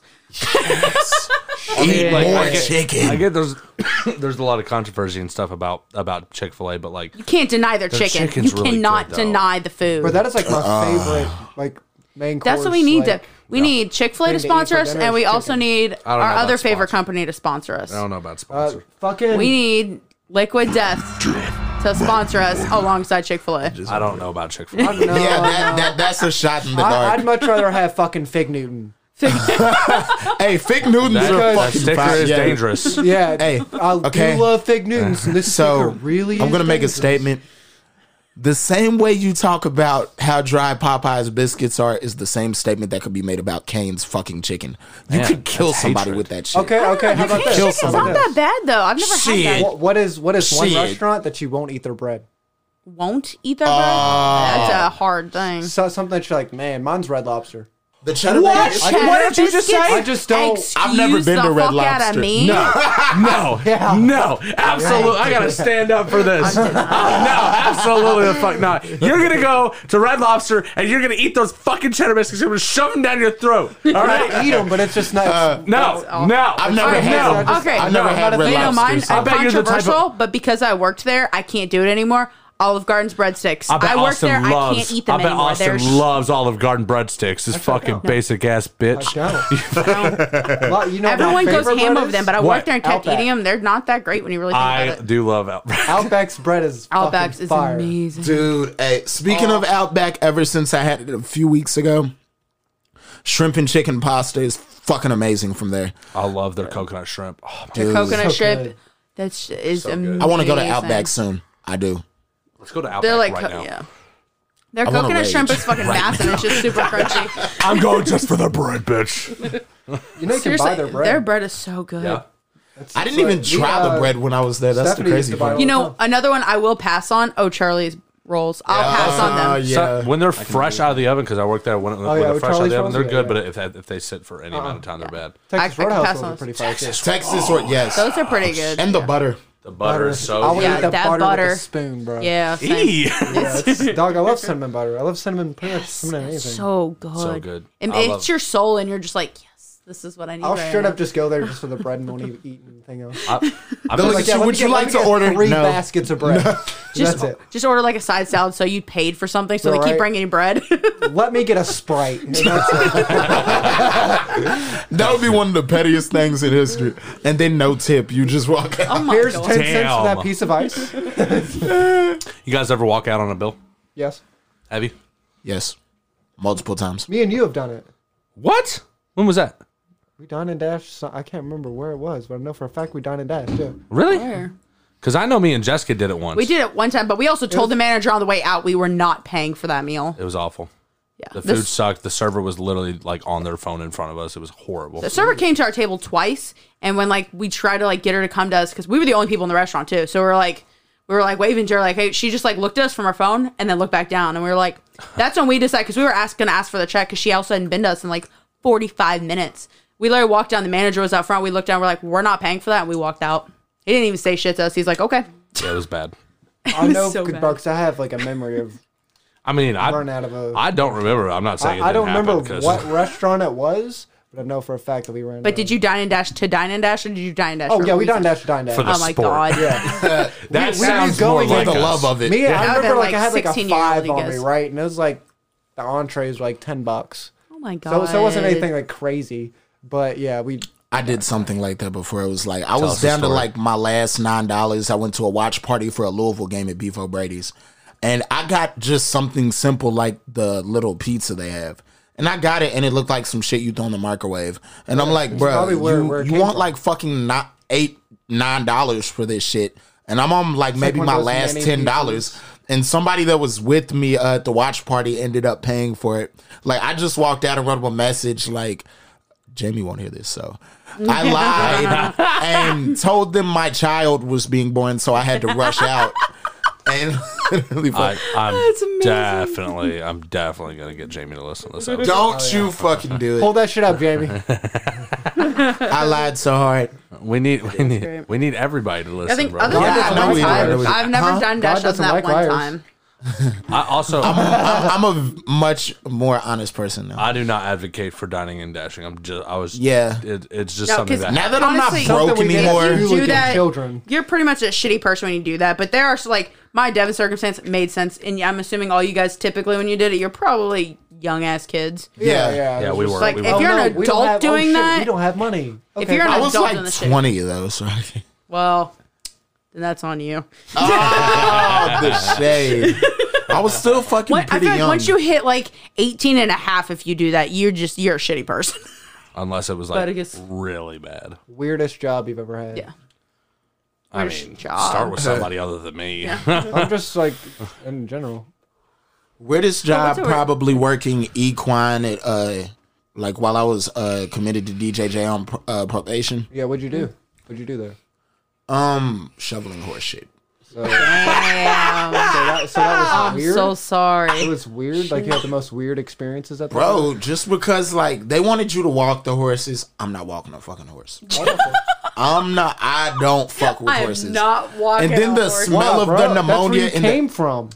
Eat
like,
more
I get-
chicken.
I get there's [coughs] there's a lot of controversy and stuff about about Chick Fil A, but like
You can't deny their, chicken.
chicken's
You
really
cannot
good, though.
deny the food.
But that is
Uh,
like my favorite, like main.
That's
course,
what we need
like, uh,
to. We need Chick Fil A
Thing
to
to eat
sponsor
for
us,
dinner
and
is
we also
chicken.
need
don't know
our
about
other favorite
sponsor.
company to sponsor us.
I don't know about
Uh,
sponsor.
fucking.
We need Liquid Death to sponsor us alongside Chick Fil A.
I don't know about Chick Fil [laughs] A.
no,
yeah, that, that, that's a shot in the
I, I'd
dark.
much rather have fucking Fig Newton.
hey, fig Newtons
That,
are
that
fucking
sticker
fire.
is
Yeah.
[laughs]
dangerous.
Yeah.
[laughs] Hey,
I
okay. Uh,
do love Fig Newtons. And this
So
sticker really.
I'm
is
gonna make a
dangerous.
statement. The same way you talk about how dry Popeye's biscuits are is the same statement that could be made about Kane's fucking chicken. You
Man,
could kill
that's
somebody
hatred.
with that shit.
Okay. Okay. How about
Hey,
this?
kill
chicken's
How
not
about
someone.
that bad though. I've never had
Shit.
that.
What, what is what is one
Shit.
restaurant that you won't eat their bread?
Won't eat their bread.
Uh,
That's a hard thing.
So, something that you're like, man, mine's Red Lobster.
The cheddar
What?
biscuits-
Cheddar
what did you just
biscuits?
say?
I just don't-
I've never
Excuse
been to
the
Red
fuck out of
Lobster.
me.
No, no,
Yeah.
no, absolutely. I gotta stand up
[laughs]
for this. no, absolutely the fuck not. You're gonna go to Red Lobster and you're gonna eat those fucking cheddar biscuits. You're gonna shove them down
[laughs]
your throat. All right?
I eat them, but it's just not.
Uh,
No,
awful.
no.
I've never
Alright,
had.
no.
I just-
Okay.
I've never
No,
had
not a
red
thing.
You know, mine
lobster.
are
so-
I bet you're the type of-
controversial, but because I worked there, I can't do it anymore. Olive Garden's breadsticks. I, worked there, I can't eat them
I bet
anymore.
Austin
They're sh-
loves Olive Garden breadsticks. This fucking basic ass bitch.
[laughs]
don't. Lo- you know, my
Everyone goes
favorite
ham
bread
over
is-
them, but I
What?
worked there and kept
Outback.
eating them. They're not that great when you really think
I
about it.
do love Outback.
Outback's bread is
Outback's
fucking
is
fire.
amazing.
Dude, hey, speaking of Outback, ever since I had it a few weeks ago, shrimp and chicken pasta is fucking amazing from there.
[laughs] I love their coconut shrimp. Oh, man.
The coconut
So
shrimp,
good.
that sh- is amazing.
I want to go to Outback soon. I do.
Let's go to Outback
They're like,
right
co-
now.
yeah. Their
wanna
coconut
rage [laughs]
shrimp is fucking
right
fast and it's just
[laughs]
super crunchy.
I'm going just for the bread, bitch.
You know, you can
Seriously,
buy
their
their
bread.
bread.
is so good.
Yeah.
I didn't even
We,
try the
uh,
bread when I was there. That's
Stephanie
the
used
crazy
to buy
part.
all
Oh,
You
the
know,
time.
another one I will pass on. Oh, Charlie's rolls. I'll pass on them.
Uh,
So
yeah.
when they're fresh out of the oven, because I worked there when, when
Oh, yeah,
they're
with
fresh out
Charlie's
of the oven, they're
Frozen,
good.
yeah,
But if, if they sit for any amount of time, they're bad.
I-
Texas
I can pass
Roadhouse
on
was pretty fire. too.
Texas or yes.
Those are pretty good.
and the butter.
The butter is
I
so
would
Yeah,
eat the
that
butter,
butter.
with a spoon, bro.
yeah, same.
Eee.
Yeah, it's- dog. I love cinnamon butter. I love cinnamon pretty much cinnamon anything.
so good.
So good.
And
I
it's
love-
your soul, and you're just like, yes, this is what I need.
I'll
right
straight
now.
up just go there just for the bread and won't even eat anything else.
I- I'm
They're
just-
like,
yeah,
"So
let
would
me
you
get- let
like
me
to
get
order?"
three
No.
baskets of bread?
just,
That's
just order like a side salad so you paid for something so they keep
Right.
bringing you bread. [laughs]
it. [laughs] Let me get a sprite. And that's it.
That would be one of the pettiest things in history. And then no tip. You
[laughs]
just walk out.
oh my
Here's
god.
ten cents for
Damn.
that piece of ice.
[laughs] you guys ever walk out on a bill?
Yes,
Have you?
Yes. Multiple times.
me and you have done it.
What? When was that?
We dined and dashed. So I can't remember where it was, but I know for a fact we dined and dashed. Yeah.
[laughs]
Really? Because I know me and Jessica did it once.
We did it one time, but we also told the manager on the way out we were not paying for that meal.
It was awful.
Yeah.
The
The
food
s-
sucked. The server was literally like on their phone in front of us. It was horrible.
the
Mm.
server came to our table twice, and when like we tried to like get her to come to us because we were the only people in the restaurant too, so we are like we were like waving to her like hey, she just like looked at us from her phone and then looked back down, and we were
[sighs]
like that's when we decided because we were ask, gonna ask for the check because she also hadn't been to us in like forty five minutes. We literally walked down. The manager was out front. We looked down. We're like, we're not paying for that. And we walked out. He didn't even say shit to us. He's like, okay.
Yeah, it was bad.
I know
so bad.
because I have like a memory of.
I mean, I
Run out of a-
I don't remember. I'm not saying it
I, I don't
didn't happen,
remember
'cause-
what restaurant it was, but I know for a fact that we ran.
But did you dine and dash to dine and dash, or did you dine and dash?
Oh
for a
yeah, we
reason?
dined dash, dined dash.
For the
Oh my
sport.
god.
[laughs] we
That sounds
were going
more
For
like
in
the
us.
love of it.
Me,
I
I
would've
remember
been,
like, I
like,
had like a
16-year-old,
five
I
on me,
guess.
right? And it was like the entrees were like ten bucks.
Oh my god.
So, so it wasn't anything like crazy, but yeah, we.
I did something like that before. It was like I
us
was
the
down to
story.
like my last nine dollars. I went to a watch party for a Louisville game at Beef O'Brady's, and I got just something simple like the little pizza they have. And I got it, and it looked like some shit you throw in the microwave. And I'm like, bro,
probably where-
you,
where it
you
came
want
from."
like fucking not eight, nine dollars for this shit, and I'm on like maybe
one of
my
those
last
many
ten dollars. And somebody that was with me uh, at the watch party ended up paying for it. Like I just walked out and wrote a message like, Jamie won't hear
[laughs]
this, so I lied and told them my child was being born, so I had to rush out. And [laughs] literally,
I, I'm
amazing.
definitely, I'm definitely gonna get Jamie to listen to
[laughs]
this. Episode.
don't you fucking do it.
Hold that shit up,
[laughs]
Jamie.
I lied so hard.
We need, we need,
great.
we need everybody to listen.
I think
bro.
other than
Yeah,
that,
no,
one
we-
time,
we-
I've never done
God
dash on
doesn't
that
like
one
liars.
time.
I
[laughs]
also,
I'm, I'm a much more honest person now.
I do not advocate for dining and dashing. I'm just, I was,
Yeah.
it, it's just
No, 'cause
something that.
now that I'm
Honestly,
not broke
Something we did
anymore,
at
You
You
do
would get
that,
children.
You're pretty much a shitty person when you do that. But there are so, like my Devin circumstance made sense, and I'm assuming all you guys typically when you did it, you're probably young ass kids.
yeah,
yeah,
it
we
was
were.
just-
Like,
we
if
were.
you're- an
Oh, we don't
adult
have-
doing
shit,
that-
we don't have money.
If you're an
I was
adult in the
like
shit,
20 though, so I can't-
well, then that's on you.
oh, the shade. I was still fucking
What, I
pretty
feel like
young.
once you hit like 18 and a half, if you do that, you're just you're a shitty
[laughs]
person.
unless it was
I
like
guess-
really bad.
weirdest job you've ever had.
yeah.
I
Worst
mean,
job.
start with somebody other than me.
[laughs]
I'm just like in general.
Weirdest job
what's the word?
probably working equine at uh like while I was uh committed to DJJ on pr- uh, probation.
Yeah, what'd you do? What'd you do there?
Um, shoveling horse shit.
Damn,
So that, so that was
I'm
weird.
so
it
sorry.
was weird. Like you had the most weird experiences at the
Bro, just because like they wanted you to walk the horses, I'm not walking a fucking horse. I'm not. I don't fuck with
I'm
horses.
not walking.
and then the
on horse.
smell
Wow,
of
bro,
the pneumonia
That's where
in
you
the
came from.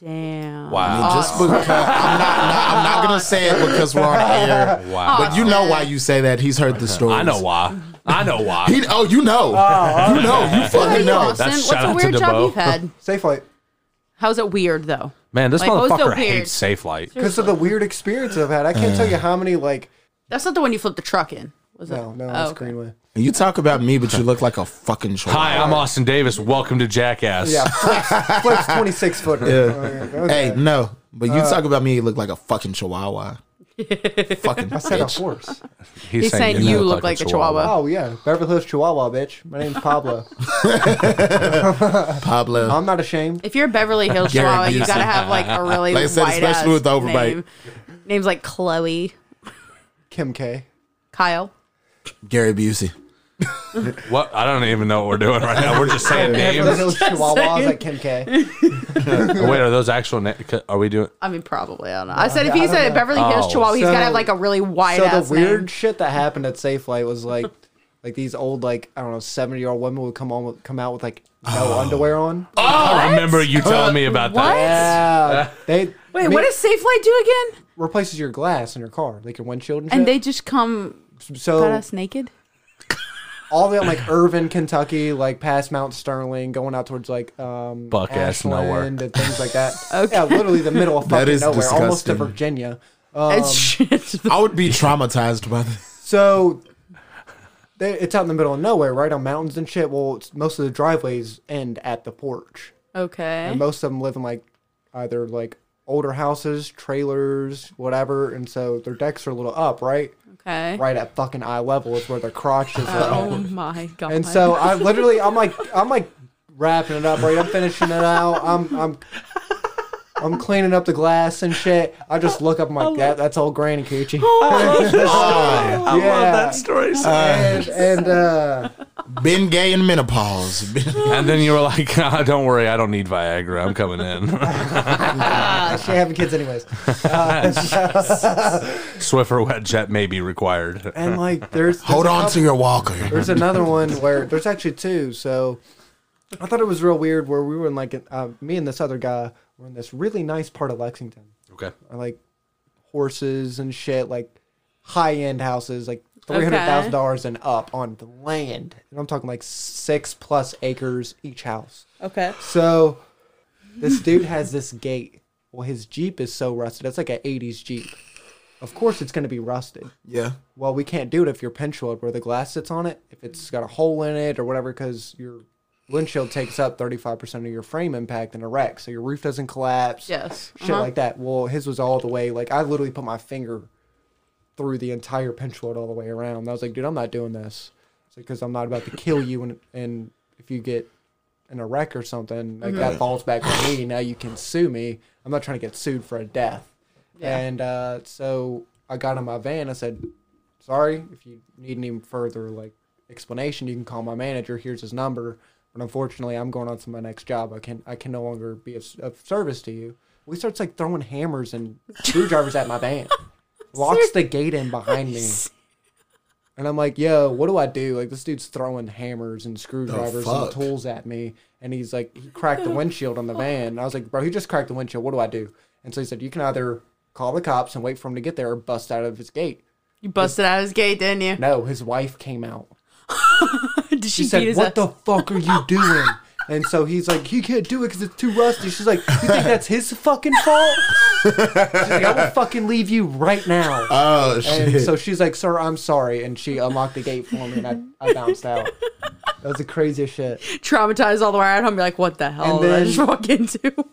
Damn.
[laughs] Wow.
Just because I'm not, not- I'm not gonna say it because we're on air.
Wow.
But you know why you say that. He's heard the story.
I
[laughs]
know why. I know why.
He, oh, you know. you know. You
How are
fucking
you,
know.
Austin? What's
That's shout
a
out to
weird job
Debo.
you've
[laughs]
had?
Safe flight.
How's it weird though?
Man, this
Like, oh, it's so
motherfucker
weird.
hates Safe Light.
Because of the weird experiences I've had. I can't tell you how many like
That's not the one you flipped the truck in, was it?
no, no,
Oh,
that's
okay.
Greenway.
You talk about me, but you look like a fucking troll.
Hi, I'm Austin Davis. Welcome to Jackass.
Yeah, flips, flips twenty six footer. Yeah.
[laughs] Hey, no. But you talk about me, you look like a fucking chihuahua. fucking
I said a
bitch.
horse.
He's saying you look like a chihuahua.
Oh yeah, Beverly Hills Chihuahua, bitch. My name's Pablo.
Pablo.
I'm not ashamed.
If you're a Beverly
[laughs]
Hills
Gary
Chihuahua, you
Busey.
gotta have like a really
Like I
white
said,
ass
especially with the overbite.
name. Names like Chloe,
Kim K.
Kyle.
Gary Busey.
What? I don't even know what we're doing right now.
[laughs]
We're just saying
Beverly
names.
Hills Chihuahua like
[laughs]
Kim K.
Wait, are those actual names? Are we doing?
I mean, probably. I don't know. I said if
Oh, I
he's
don't
a
know.
Beverly Hills
Oh.
Chihuahua, he's
So-
gotta have like a really wide
So
ass
the weird
name.
shit that happened at Safe Flight was like, like these old like I don't know seventy year old women would come on with, come out with like no underwear on.
Oh, I remember you telling me about
What?
that.
Yeah, they
Wait,
me-
what does Safe Light do again?
replaces your glass in your car? Like your windshield and,
And
shit.
they just come
so
at us naked?
all the way up like Irvin, Kentucky, like past Mount Sterling, going out towards like um
Buck ass nowhere.
Ashland and things
[laughs]
like that. Yeah, literally the middle of fucking
is
nowhere, almost to
disgusting.
Virginia. um,
It's shit. [laughs]
I would be traumatized by this.
So they, it's out in the middle of nowhere, right on mountains and shit. Well, it's, most of the driveways end at the porch,
Okay.
and most of them live in like either like older houses, trailers, whatever, and so their decks are a little up, right?
Okay.
Right at fucking eye level is where their crotch is. at.
Oh my god.
And so I literally, I'm like, I'm like wrapping it up, right? I'm finishing it out. I'm, I'm, I'm cleaning up the glass and shit. I just look up, I'm like, that, that's old Granny Coochie.
Oh,
I love that
story.
And, and uh,
been gay in menopause. [laughs] Been-
and then you were like, [laughs] "Ah, "Don't worry, I don't need Viagra. I'm coming in." [laughs]
she having kids anyways.
Swiffer wet jet may be required.
And like, there's, there's
Hold
a
on
couple-
to your walker.
There's another one where there's actually two. So I thought it was real weird where we were in like, uh, me and this other guy were in this really nice part of Lexington.
Okay.
are, like horses and shit, like high end houses, like three hundred thousand dollars and up on the land. And I'm talking like six plus acres each house.
[laughs]
[laughs]
okay.
So this dude has this gate. Well, his Jeep is so rusted. It's like an '80s Jeep. Of course, it's going to be rusted.
Yeah.
Well, we can't do it if you're pinch weld where the glass sits on it. If it's got a hole in it or whatever, because your windshield takes up 35% of your frame impact in a wreck, so your roof doesn't collapse.
Yes.
Shit
Uh-huh.
like that. Well, his was all the way, like, I literally put my finger through the entire pinch load all the way around. And I was like, dude, I'm not doing this. Because I'm not about to kill you. And, and if you get in a wreck or something, like
Mm-hmm.
that falls back on me. Now you can sue me. I'm not trying to get sued for a death.
Yeah.
And uh, so I got in my van. I said, sorry, if you need any further like explanation, you can call my manager. Here's his number. But unfortunately, I'm going on to my next job. I can I can no longer be of, of service to you. We starts like throwing hammers and screwdrivers at my van. Locks the gate in behind me. And I'm like, yo, what do I do? Like this dude's throwing hammers and screwdrivers and
fuck?
tools at me, and he's like, he cracked the windshield on the van. And I was like, bro, he just cracked the windshield. What do I do? And so he said, you can either call the cops and wait for him to get there, or bust out of his gate.
You busted out his gate, didn't you? [laughs]
No, his wife came out.
Did she,
She
beat
said,
his
"What
ass?
the fuck are you doing?" [laughs] And so he's like, "He can't do it because it's too rusty." She's like, "You think that's his fucking fault?" She's like, "I will fucking leave you right now."
Oh shit!
and
[laughs]
so she's like, "Sir, I'm sorry," and she unlocked the gate for me, and I, I bounced out. That was the craziest shit.
traumatized all the way out home? You're like, what the hell
And
did I
then-
just walk into?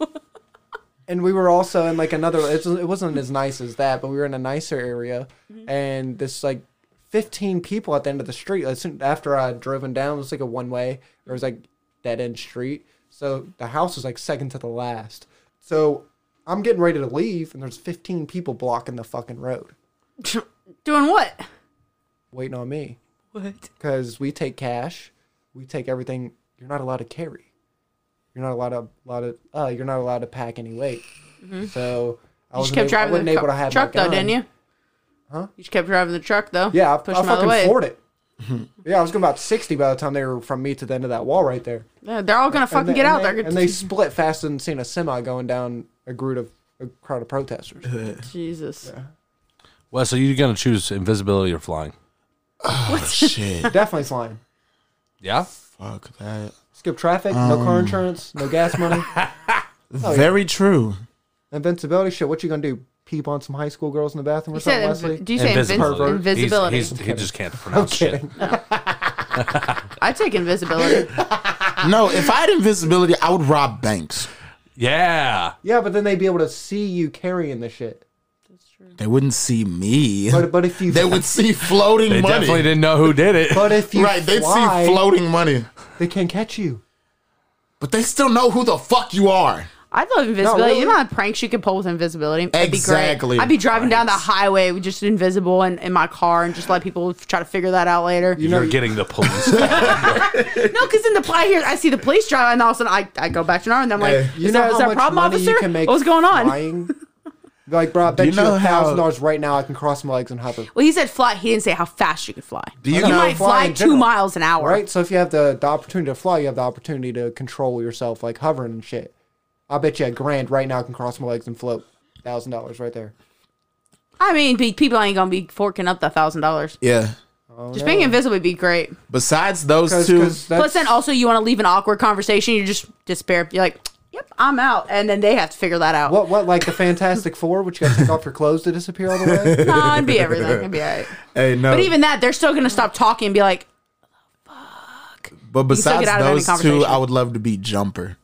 [laughs] and we were also in like another it, was, it wasn't as nice as that but we were in a nicer area and this like 15 people at the end of the street as soon, after i drove them down it was like a one way it was like dead end street so the house was like second to the last so i'm getting ready to leave and there's 15 people blocking the fucking road
Doing what?
waiting on me
What?
because we take cash, we take everything. You're not allowed to carry. You're not allowed to, allowed to uh, you're not allowed to pack any weight. So I
Mm-hmm. You just kept
wasn't able, I
driving
wasn't
the
able
cu-
to have my
truck though,
gun.
didn't you? Huh? You just kept driving the truck though.
Yeah, I, I
Pushed 'em out of the
fucking
way.
floored
[laughs]
it. yeah, I was going about sixty by the time they were from me to the end of that wall right there.
Yeah, they're all gonna fucking
And they-
get out
and
there. [laughs]
they, and they split faster than seeing a semi going down a group of a crowd of protesters.
Jesus.
Wes, are you gonna choose invisibility or flying?
Oh shit!
Definitely flying.
Yeah.
Fuck that.
Skip traffic, no car insurance, no gas money,
Oh,
Very true.
invincibility. Shit, what you gonna do? Peep on some high school girls in the bathroom or
You
something,
said invi-
Leslie?
do you say invis-
He's-
invisibility?
he's- he just can't pronounce shit.
I take
[laughs]
invisibility. Ah.
No, if I had invisibility, I would rob banks.
Yeah.
Yeah, but then they'd be able to see you carrying the shit.
They wouldn't see me.
But but if you
[laughs] they would see floating
They
money.
definitely didn't know who did it.
[laughs] but if you
Right, they'd
fly,
see floating money.
they can't catch you.
But they still know who the fuck you are.
I love invisibility.
really.
You know how many pranks you could pull with invisibility? That'd Be
Exactly.
great. I'd be driving down the highway with just invisible and in my car and just let people f- try to figure that out later.
You're getting the police.
No, because in the play here, I see the police drive and all of a sudden I, I go back to normal and I'm like,
Yeah.
is, there, is there a problem, officer? what was going on?
Flying? [laughs] Like, bro, I bet you,
know
a
how-
thousand dollars right now. I can cross my legs and hover.
Well, he said fly. He didn't say how fast you could fly.
Do you
you
know-
might
Fly
fly
in
two
general,
miles an hour.
Right. So if you have the, the opportunity to fly, you have the opportunity to control yourself, like hovering and shit. I bet you a grand right now I can cross my legs and float. Thousand dollars right there.
I mean, pe- people ain't gonna be forking up the thousand dollars.
Yeah.
Just being invisible would be great.
Besides those
Cause,
two,
'cause that's-
Plus, then also you want to leave an awkward conversation. You just despair. You're like, "Yep, I'm out," and then they have to figure that out.
what what like the Fantastic Four? Which you got to take off your clothes to disappear all the way.
Nah, it'd be everything. It'd be all right.
hey, no.
But even that, they're still gonna stop talking and be like,
But
still
besides
get out of any
those two,
conversation.
I would love to be jumper,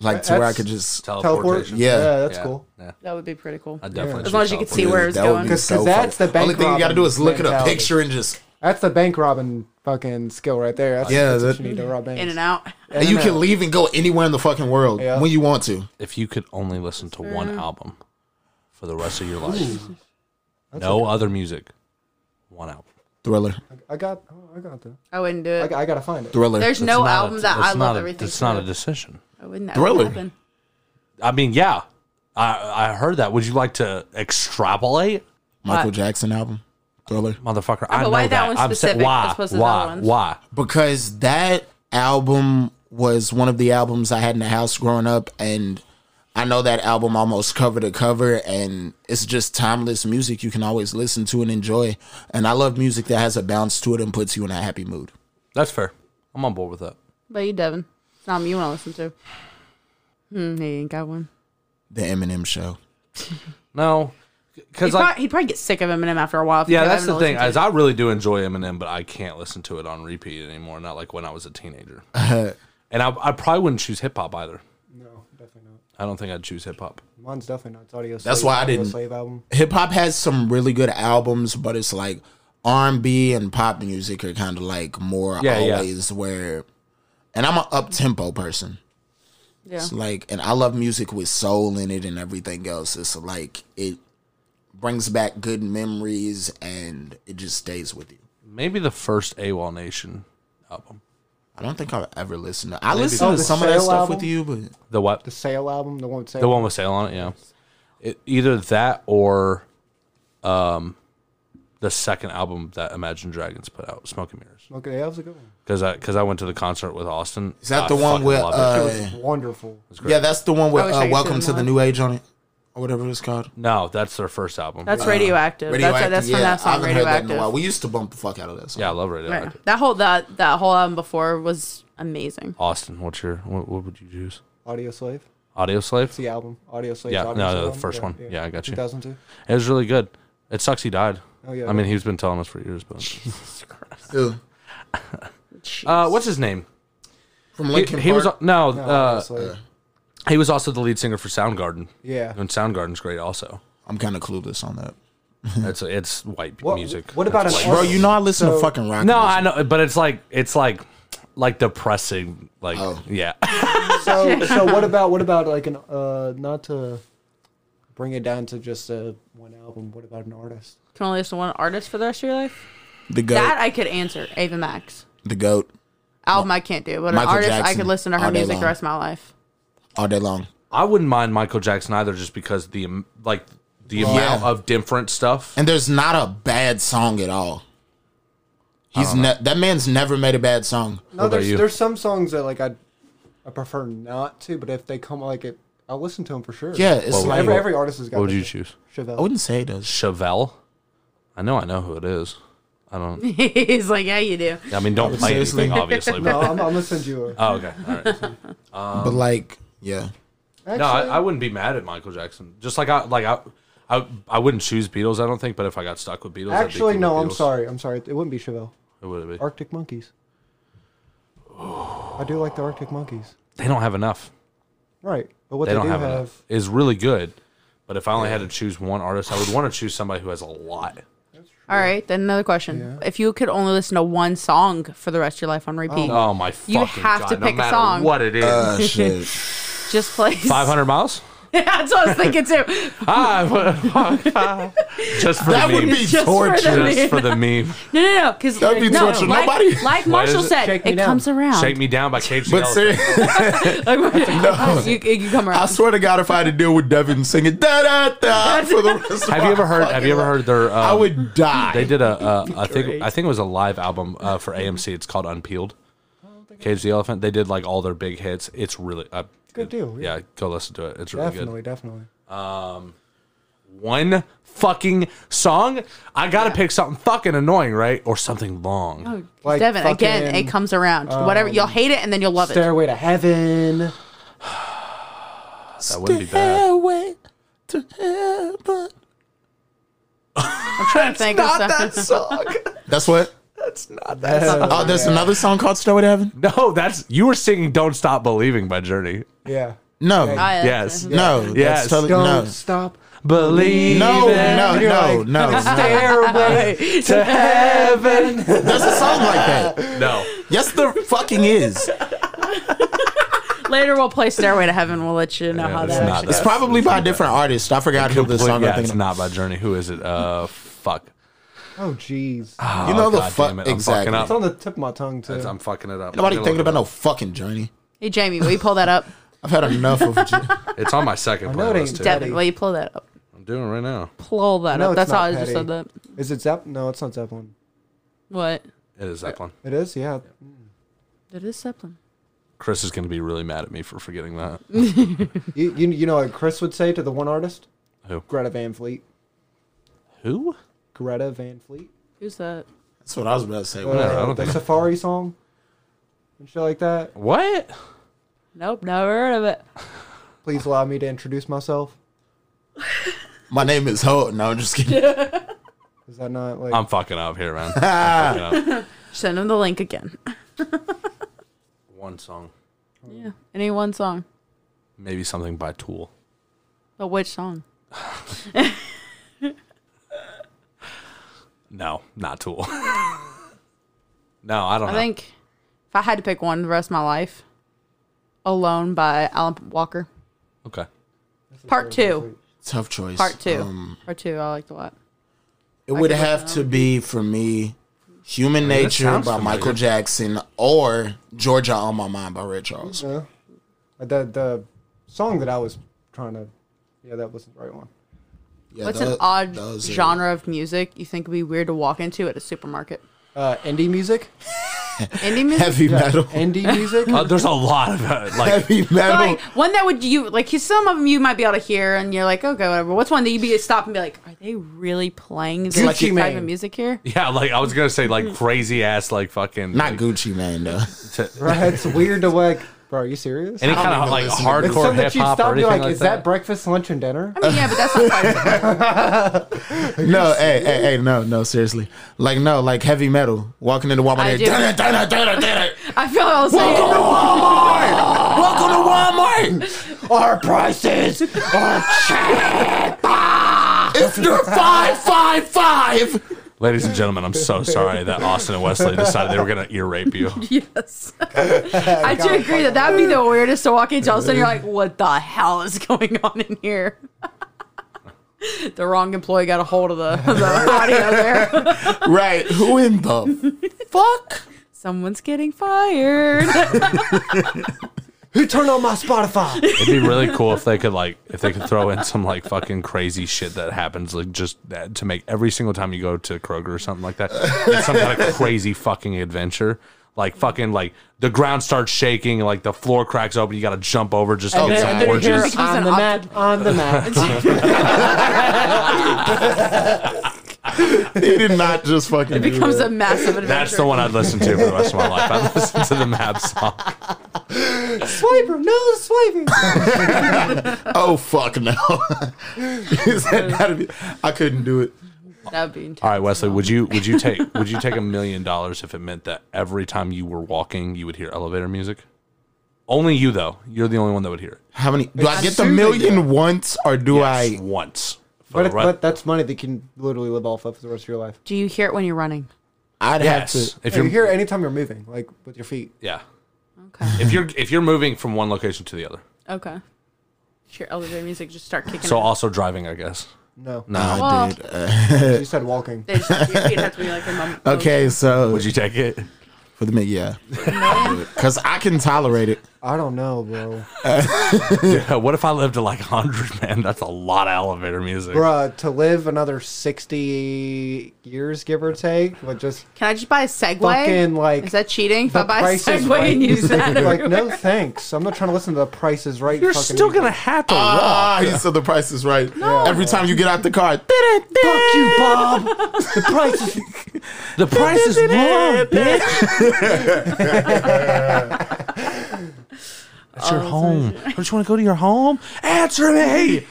like to where I
That's-
could just.
Teleport.
[laughs] Teleportation.
Yeah.
that's
Yeah.
cool.
Yeah.
"That would be pretty cool."
I definitely.
As long as you could see where it's going.
Because- that's the bank
only thing you got to
robbing
do is look at a
mentality.
picture and just.
That's the bank robbing fucking skill right there. That's,
Yeah,
that's
that-
what you need to rob banks.
In and out.
And you can leave and go anywhere in the fucking world
Yeah.
when you want to.
If you could only listen to one
Mm.
album for the rest of your life, no other music, one album.
Thriller,
I got, oh, I got that.
I wouldn't do
I,
it.
got- I gotta find it.
thriller.
There's no
It's not a-
album that
it's
I
not
love
a-
everything.
It's not a
to.
decision.
I wouldn't. that
Thriller.
would happen.
I mean, yeah, I I heard that. Would you like to extrapolate,
Michael
What?
Jackson album, Thriller.
motherfucker? I
but
know
why that
that.
one
I'm sa-
specific
why?
as opposed to the other
why?
ones?
Why?
because that album was one of the albums I had in the house growing up, and I know that album almost cover to cover, and it's just timeless music you can always listen to and enjoy. And I love music that has a bounce to it and puts you in a happy mood.
That's fair. I'm on board with that.
But you, Devin, it's not me you want to listen to. Hmm, he ain't got one.
The Eminem Show. [laughs]
No,
He'd,
because like
probably, he'd probably get sick of Eminem after a while. if he
yeah,
kept
that's
having
the
to
thing.
listen
As
[laughs]
I really do enjoy Eminem, but I can't listen to it on repeat anymore. Not like when I was a teenager. And I, I probably wouldn't choose hip hop either.
No, definitely not.
I don't think I'd choose hip hop.
Mine's definitely not. It's audio.
That's
Slave-
why I
Audio
didn't-
Slave album.
Hip hop has some really good albums, but it's like R and B and pop music are kind of like more
Yeah, yeah.
always where. And I'm an up tempo person.
Yeah.
It's like, and I love music with soul in it and everything else. It's like it brings back good memories and it just stays with you.
Maybe the first AWOL Nation album.
I don't think I've ever listened to. I listened
Oh,
to
the
some of that
Sale
stuff with
album?
you, but
The what?
The Sale album, the one with Sale.
The one with Sale on it, yeah. It, either that or um, the second album that Imagine Dragons put out, Smoke and Mirrors.
Okay, that was a good one.
Because I, cause I went to the concert with Austin.
is that
Ah, I
the one
fucking
with?
love it.
It
Uh,
was wonderful.
yeah, that's the one with
I wish I
uh,
could
"Welcome
see
to the
them
New Age" on it, or whatever it's called.
no, that's their first album.
That's radioactive. That's, that's from that
I
song,
haven't heard that in a
radioactive.
while. We used to bump the fuck out of that song.
yeah, I love Radioactive.
Right. That whole that that whole album before was amazing.
Austin, what's your what, what would you choose?
Audio Slave.
Audio Slave?
It's the album. Audio Slave.
Yeah, no, no, the first one. Yeah, I got you.
2002.
It was really good. It sucks he died.
Oh, yeah.
I mean, he's been telling us for years,
[laughs]
but
Ew.
uh, what's his name?
From
He,
Lincoln
he was
Park.
no,
No,
uh,
Audio Slave.
he was also the lead singer for Soundgarden.
Yeah.
and Soundgarden's great also.
I'm kind of clueless on that,
It's it's white
What-
music.
what about
It's
an
white.
bro. You know I listen to
So-
fucking rock.
No,
music.
I know, but it's like it's like like depressing. Like
Oh.
yeah,
[laughs]
So, so what about what about like an uh not to bring it down to just uh one album? What about an artist?
Can only listen to one artist for the rest of your life.
the goat.
That I could answer. Ava Max
the goat
album I can't do, but an
Michael
artist I
Jackson,
could listen to her
all day
music
long.
the rest of my life. [laughs]
all day long.
I wouldn't mind Michael Jackson either, just because the am- like the amount of different stuff.
And there's not a bad song at all. He's ne- that man's never made a bad song.
No,
about
there's
you?
there's some songs that like I I prefer not to, but if they come like it, I'll listen to them for sure.
Yeah, it's
Well,
like
every every artist has got.
What would
their
you
shit.
choose?
I
Chevelle.
wouldn't say it does.
Chevelle. I know, I know who it is. I don't.
He's like, yeah, you do.
I
[laughs]
mean, don't play
Seriously?
anything,
No,
[laughs]
obviously. But,
I'm, I'm gonna send you. A,
oh, okay. All right. Um,
but like, yeah,
actually,
[laughs] No, I, I wouldn't be mad at Michael Jackson. Just like I like I, I, I wouldn't choose Beatles. I don't think. But if I got stuck with Beatles, I'd be
actually
cool
no.
with
I'm
Beatles.
sorry. I'm sorry. It wouldn't be Chevelle.
Who would it be?
Arctic Monkeys. I do like the Arctic Monkeys.
They don't have enough.
Right, but what
They
they,
don't
do
have,
have,
enough. Is really good. But if I only had to choose one artist, I would want to choose somebody who has a lot.
All right, then another question.
Yeah.
If you could only listen to one song for the rest of your life on repeat,
Oh my fucking
You have
god!
to
no
pick a
matter
song.
what it
[laughs]
is,
[laughs]
uh, shit.
just play.
five hundred miles.
[laughs] That's what I was thinking too.
Ah, what- just for
That
the meme.
would be
Just for the
torture.
meme.
just for the meme.
[laughs] No, no, no. Because
That'd be
no,
torture.
Like,
Nobody-
like
Why
Marshall
does it-
said,
Shake Me
it
Down.
comes around.
Shake me down by Cage the
But
Elephant.
seriously,
[laughs] Like, you, you come
[laughs] I
around.
swear to God, if I had to deal with Devin singing da da da for the rest of
Have you ever heard? Have you ever heard their? Um,
I would die.
They did a, a I think I think it was a live album uh, for AMC. It's called Unpeeled. Cage the Elephant. They did like all their big hits. It's really uh,
Good deal,
Yeah.
yeah.
go listen to it. It's really
definitely, definitely.
good. One fucking song. I gotta pick something fucking annoying, right, or something long.
Oh,
Like
Devin, again,
fucking, um,
it comes around. Whatever, you'll hate it and then you'll love it.
Stairway to Heaven.
that wouldn't be bad.
to heaven.
I'm trying to think of something.
song.
[laughs]
That's what.
That's not that.
Uh,
Oh, there's another song called Stairway to Heaven.
No, that's you were singing "Don't Stop Believing" by Journey.
yeah.
No,
I- uh,
Yes.
no,
Yes.
that's totally,
Don't
no,
stop.
Believe.
no,
it.
no, no, no, no.
Stairway to
[laughs]
Heaven. [laughs]
There's a song like that.
no.
Yes, there fucking
[laughs]
is.
[laughs] Later, we'll play Stairway to Heaven. We'll let you know how
it's
that
not
actually
that.
goes.
It's probably by a different artist. I forgot who the song.
yeah,
I'm
it's
thinking.
not by Journey. Who is it? Uh, fuck.
Oh, jeez.
of. You know the
God damn
fuck
it, I'm
exactly.
fucking up.
It's on the tip of my tongue, too.
I'm fucking it up.
Nobody
I'm
thinking
gonna
about
look
no fucking journey.
Hey, Jamie, will you pull that
[laughs]
up?
I've had enough
[laughs]
of. J-
it up. It's on my second
know it
playlist
ain't
too.
dead.
Devin, will you pull that up?
I'm doing it right now.
Pull that up.
No, it's
That's
not
how I just
petty.
said that.
Is it Zeppelin? No, it's not Zeppelin.
What?
It is Zeppelin.
It is, yeah.
It is Zeppelin.
Chris is gonna be really mad at me for forgetting that.
You, you, you know what Chris would say to the one artist?
Who?
Greta Van Fleet.
Who?
Greta Van Fleet.
Who's that?
That's what I was about to say.
Uh,
Whatever, I don't
the
think-
Safari song and shit like that.
What?
Nope, never heard of it.
Please allow me to introduce myself.
My name is Ho. No, I'm just
[laughs]
kidding.
Is that not like?
I'm fucking up here, man. [laughs] I'm fucking up.
Send him the link again.
One song.
Yeah. Any one song.
Maybe something by Tool.
But which song?
No, not Tool. [laughs] no, I don't
I
Uh-huh.
know.
think if I had to pick one the rest of my life, Alone by Alan Walker.
okay.
Part two.
Tough choice.
Part two.
Um,
Part two, I liked a lot.
it
could
would
look
have to be for me Human Nature by
sounds familiar.
Michael Jackson or Georgia on My Mind by Ray Charles.
Uh, The the song that I was trying to, yeah, that wasn't the right one.
Yeah,
What's an
tho-
odd
those are-
genre of music you think would be weird to walk into at a
[laughs]
supermarket?
Uh, indie music,
Indie music?
Heavy metal.
[laughs]
indie music.
Uh, there's a lot of uh,
[laughs]
like
Heavy metal.
Like, one that would you like some of them you might be able to hear and you're like okay whatever what's one that you'd be stop and be like are they really playing this
Gucci
type
Mane.
of music
[laughs]
here
yeah, like I was gonna say like crazy ass like fucking
Not
like,
Gucci Mane though.
right? It's weird to like, bro. Are you serious?
any kind of
even
like
listen to
It's
this.
hardcore
something
hip
that you
hop or
stop. You're
anything
like,
like,
is that, breakfast, lunch, and dinner?
I mean, yeah but that's not
[laughs]
quite
No, hey, hey, hey, no, no, seriously. Like, no, like heavy metal. Walking into Walmart,
I
and
do.
"Dun it, dun it, dun it, dun it."
I feel I was
Welcome
like
to Walmart! Welcome to Walmart! Our prices are cheap! Ah! If you're five, five, five,
Ladies and gentlemen, I'm so sorry that Austin and Wesley decided they were gonna ear rape you.
yes
[laughs]
I do agree that that'd be the weirdest to walk into all of a sudden you're like what the hell is going on in here [laughs] the wrong employee got a hold of the, [laughs] the audio there
right? Who in the fuck?
someone's getting fired [laughs]
Who turned on my Spotify?
It'd be really cool if they could like if they could throw in some like fucking crazy shit that happens like just that to make every single time you go to Kroger or something like that, it's some kind of crazy fucking adventure. Like fucking like the ground starts shaking, like the floor cracks open, you gotta jump over just to
And
get
then-
some
and then you
oranges.
hear-
Becomes an
on the
opt-
map, on the map.
He did not just fucking. do
becomes
that.
a massive adventure
That's the one I'd listen to for the rest of my life. I'd listen to the map song.
Swiper, no swiping.
oh fuck no! [laughs] He said, "Gotta be- I couldn't do it.
that'd be intense.
All right, Wesley, would you would you take would you take a million dollars if it meant that every time you were walking you would hear elevator music? Only you though. You're the only one that would hear it.
How many? Do I get the
Soothing,
million
though.
once, or do
Yes,
I?
once.
[laughs] but,
For the
it,
rest-
but that's money that you can literally live off of for the rest of your life.
do you hear it when you're running
I'd have
yes.
to.
If
you
you're
hear it anytime you're moving, like with your feet.
yeah.
okay
If you're if you're moving from one location to the other.
Okay. Sure, elevator music just start kicking.
So
in.
also driving, I guess.
No,
Nah,
Well-
dude. Uh,
you said walking.
They just, your feet have to be like in
[laughs]
my-
Okay, so
Would you take it? [laughs]
for the mid, yeah, [laughs] because I can tolerate it.
I don't know, bro.
Yeah, what if I lived to like 100, man? That's a lot of elevator music.
Bruh, to live another 60 years, give or take, would just
Can I just buy a Segway?
Fucking, like,
is that cheating? If
the
I buy a
Price is
Segway
Right.
and use that,
[laughs] like, no thanks. I'm not trying to listen to the prices right.
You're
fucking Uh,
still
music.
gonna have to walk.
Ah, he said the price is right. Every time you get out the car,
Fuck [laughs] you, Bob. The price is.
The price is wrong,
[laughs]
bitch. That's your home. Don't you want to go to your home? Answer me.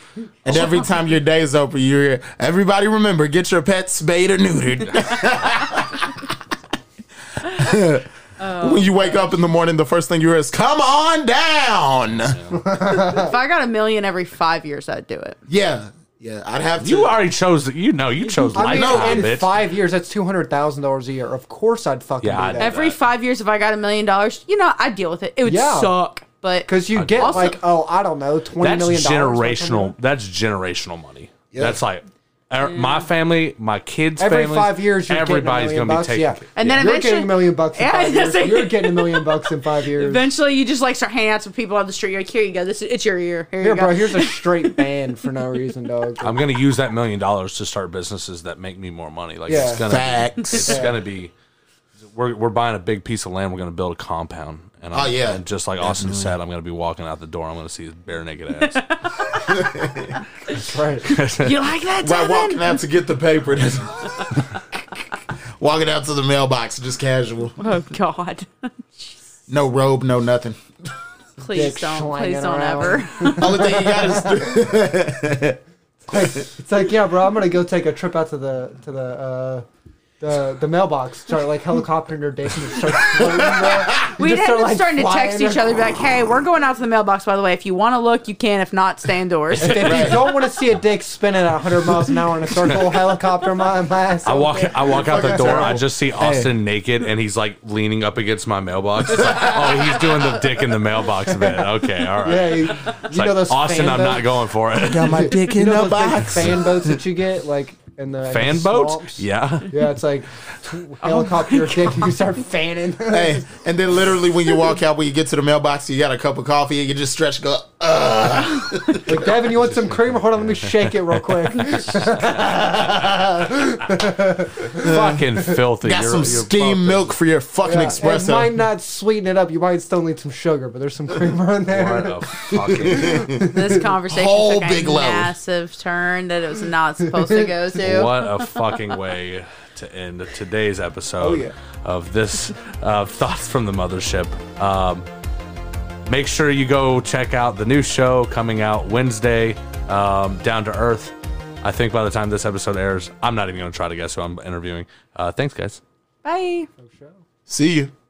and every time your day's over, you hear everybody remember get your pet spayed or neutered. [laughs] when you wake up in the morning, the first thing you hear is "Come on down."
if I got a million every five years, I'd do it.
Yeah, yeah, I'd have to.
You already chose. You know, you chose
I mean,
lifetime,
in
bitch.
five years, that's two hundred thousand dollars a year. Of course, I'd fucking
Yeah, I'd-
do that.
Every
that.
five years, if I got a million dollars, you know, I'd deal with it. It would
Yeah.
suck, but
Because you get
Also-
like, oh, I don't know, twenty
that's
million dollars. or something
generational.
like
That's generational money.
Yeah.
That's like our- my family, my kids'
that. Mm. Every
families,
five years, you're
everybody's
getting a million
gonna
bucks.
be taking.
yeah.
and then
You're
eventually,
getting a million bucks in
Yeah, [laughs] I
five
was gonna
years.
say-
You're getting a million bucks in [laughs] five years.
eventually, you just like start hanging out with people on the street. You're like, here you go. This is it's your year. Here,
Here,
you go.
bro, [laughs] here's a straight ban for no reason, [laughs] dog.
I'm gonna use that million dollars to start businesses that make me more money. Like
Yeah.
it's
[laughs]
gonna, [laughs]
Facts.
it's gonna be. We're, we're buying a big piece of land. We're gonna build a compound. And I'm,
Oh, yeah.
and just like Austin said, I'm gonna be walking out the door. I'm gonna see his bare naked
[laughs]
ass.
Right.
You like that?
While walking
Devin?
out to get the paper, that's- [laughs] walking out to the mailbox, just casual,
Oh God! [laughs]
no robe, no nothing.
Please
Dick
don't.
slanging
Please don't
around.
ever.
Only thing you got is
It's like, yeah, bro, I'm gonna go take a trip out to the to the uh the the mailbox start like helicoptering her dick and it starts floating [laughs] there. [laughs] You
We'd
just
end
start,
up
like,
starting to
flying
text each
there.
other, be like, "Hey, we're going out to the mailbox. By the way, if you want to look, you can. If not, stay indoors."
If you don't want to see a dick spinning at 100 miles an hour in a [laughs] circle, helicopter my, my ass.
I walk, I walk out the
Fucking
door. I
terrible.
just see Austin naked, and he's like leaning up against my mailbox. It's like, oh, he's doing the dick in the mailbox bit. Okay, all right.
Yeah, you,
It's
you know
like,
those
Austin,
fan
I'm not
boats?
going
[laughs]
for it.
Got my dick in
You know
the
those big
box.
fan boats that you get like in the in the
Fan boats?
swamps? [laughs] Oh
Yeah.
Yeah, it's like helicopter your dick and you start [laughs] fanning.
Hey, and then literally when you walk out, when you get to the mailbox, you got a cup of coffee, and you just stretch, go, ugh.
Like, Devin, you want some cream? Hold on, let me shake it real quick.
Fucking filthy.
got
You're-
some
you're
steam
fucking-
milk for your fucking
Yeah, It
espresso.
might not sweeten it up. You might still need some sugar, but there's some creamer in
What
there.
a
[laughs]
fucking,
[laughs]
this conversation
Whole
took
big
a
load.
massive turn that it was not supposed to
[laughs]
go to.
what a fucking way to end today's episode
Oh,
of this uh, Thoughts from the Mothership. Um, make sure you go check out the new show coming out Wednesday, um, Down to Earth. I think by the time this episode airs, I'm not even going to try to guess who I'm interviewing. Uh, thanks, guys.
Bye.
See you.